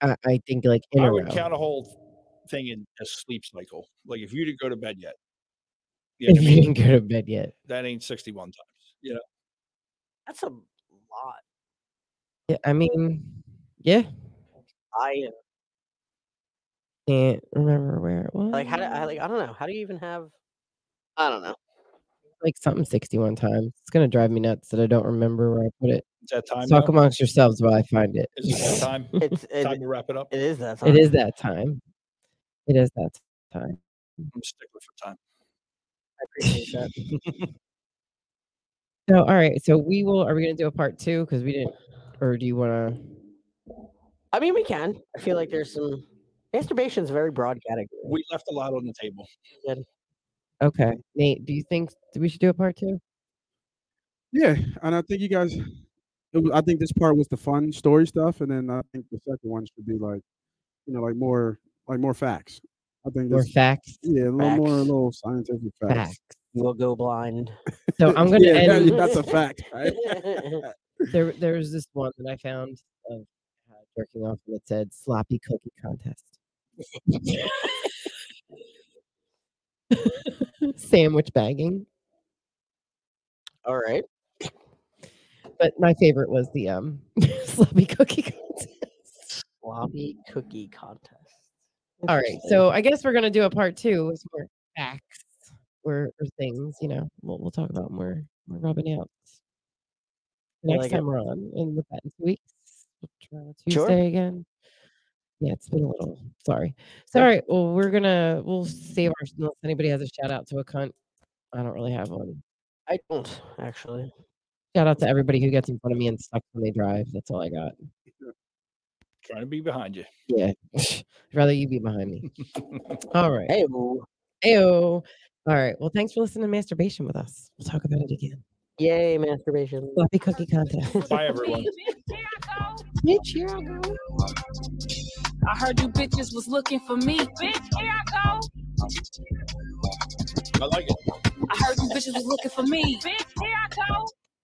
B: I, I think like in
A: I
B: a
A: would
B: row.
A: count a whole thing in a sleep cycle. Like if you didn't go to bed yet, yeah,
B: if you didn't go to bed yet.
A: that ain't 61 times. You know,
C: that's a lot.
B: Yeah, I mean, yeah.
C: I
B: Can't remember where it was.
C: like how do I like I don't know. How do you even have Mm. I don't know.
B: like something 61 times. It's going to drive me nuts that I don't remember where I put it.
A: it's that time.
B: Talk
A: now.
B: amongst yourselves while I find it.
A: Is it that time?
C: It's it,
A: time to wrap it up.
C: it is that
B: it
C: time.
B: is that time. It is that time.
A: I'm a stickler for time.
C: I appreciate that.
B: So, all right. So we will. Are we going to do a part two? Because we didn't. Or do you want to?
C: I mean we can. I feel like there's some masturbation's a very broad category.
A: We left a lot on the table.
B: Okay, Nate. Do you think we should do a part two?
D: Yeah, and I think you guys, it was, I think this part was the fun story stuff, and then I think the second one should be like, you know, like more like more facts. I think
B: More
D: this,
B: facts.
D: yeah, a little more a
C: Facts.
D: little scientific facts.
B: Facts.
C: We'll go blind.
B: So I'm gonna
D: yeah,
B: end.
D: that- that's a fact. Right?
B: There, there's this one that I found of uh, jerking off, and it said sloppy cookie contest. Sandwich bagging,
C: All right.
B: but my favorite was the um sloppy cookie contest.
C: Sloppy cookie contest.
B: All right,
C: Interesting.
B: so I guess we're gonna do a part two with more facts or, or things. You know, we'll, we'll talk about more more rubbing out. The
C: I
B: next
C: like it.
B: time we're on in the that in two weeks, we'll try
C: Sure.
B: Tuesday again. Yeah, it's been a little. Sorry. So all right, well we're gonna we'll save our unless anybody has a shout out to a cunt. I don't really have one.
C: I don't actually.
B: Shout out to everybody who gets in front of me and sucks when they drive. That's all I got.
A: Trying to be behind you.
B: Yeah. I'd rather you be behind me. all right.
C: Hey,
B: Ayo. All right. Well, thanks for listening to masturbation with us. We'll talk about it again.
C: yay, masturbation.
B: Fluffy cookie contest.
A: Bye, everyone.
B: Bitch, here I go.
G: I heard you bitches was looking for me. Bitch, here I go.
A: I like it.
G: I heard you bitches was looking for me. Bitch, here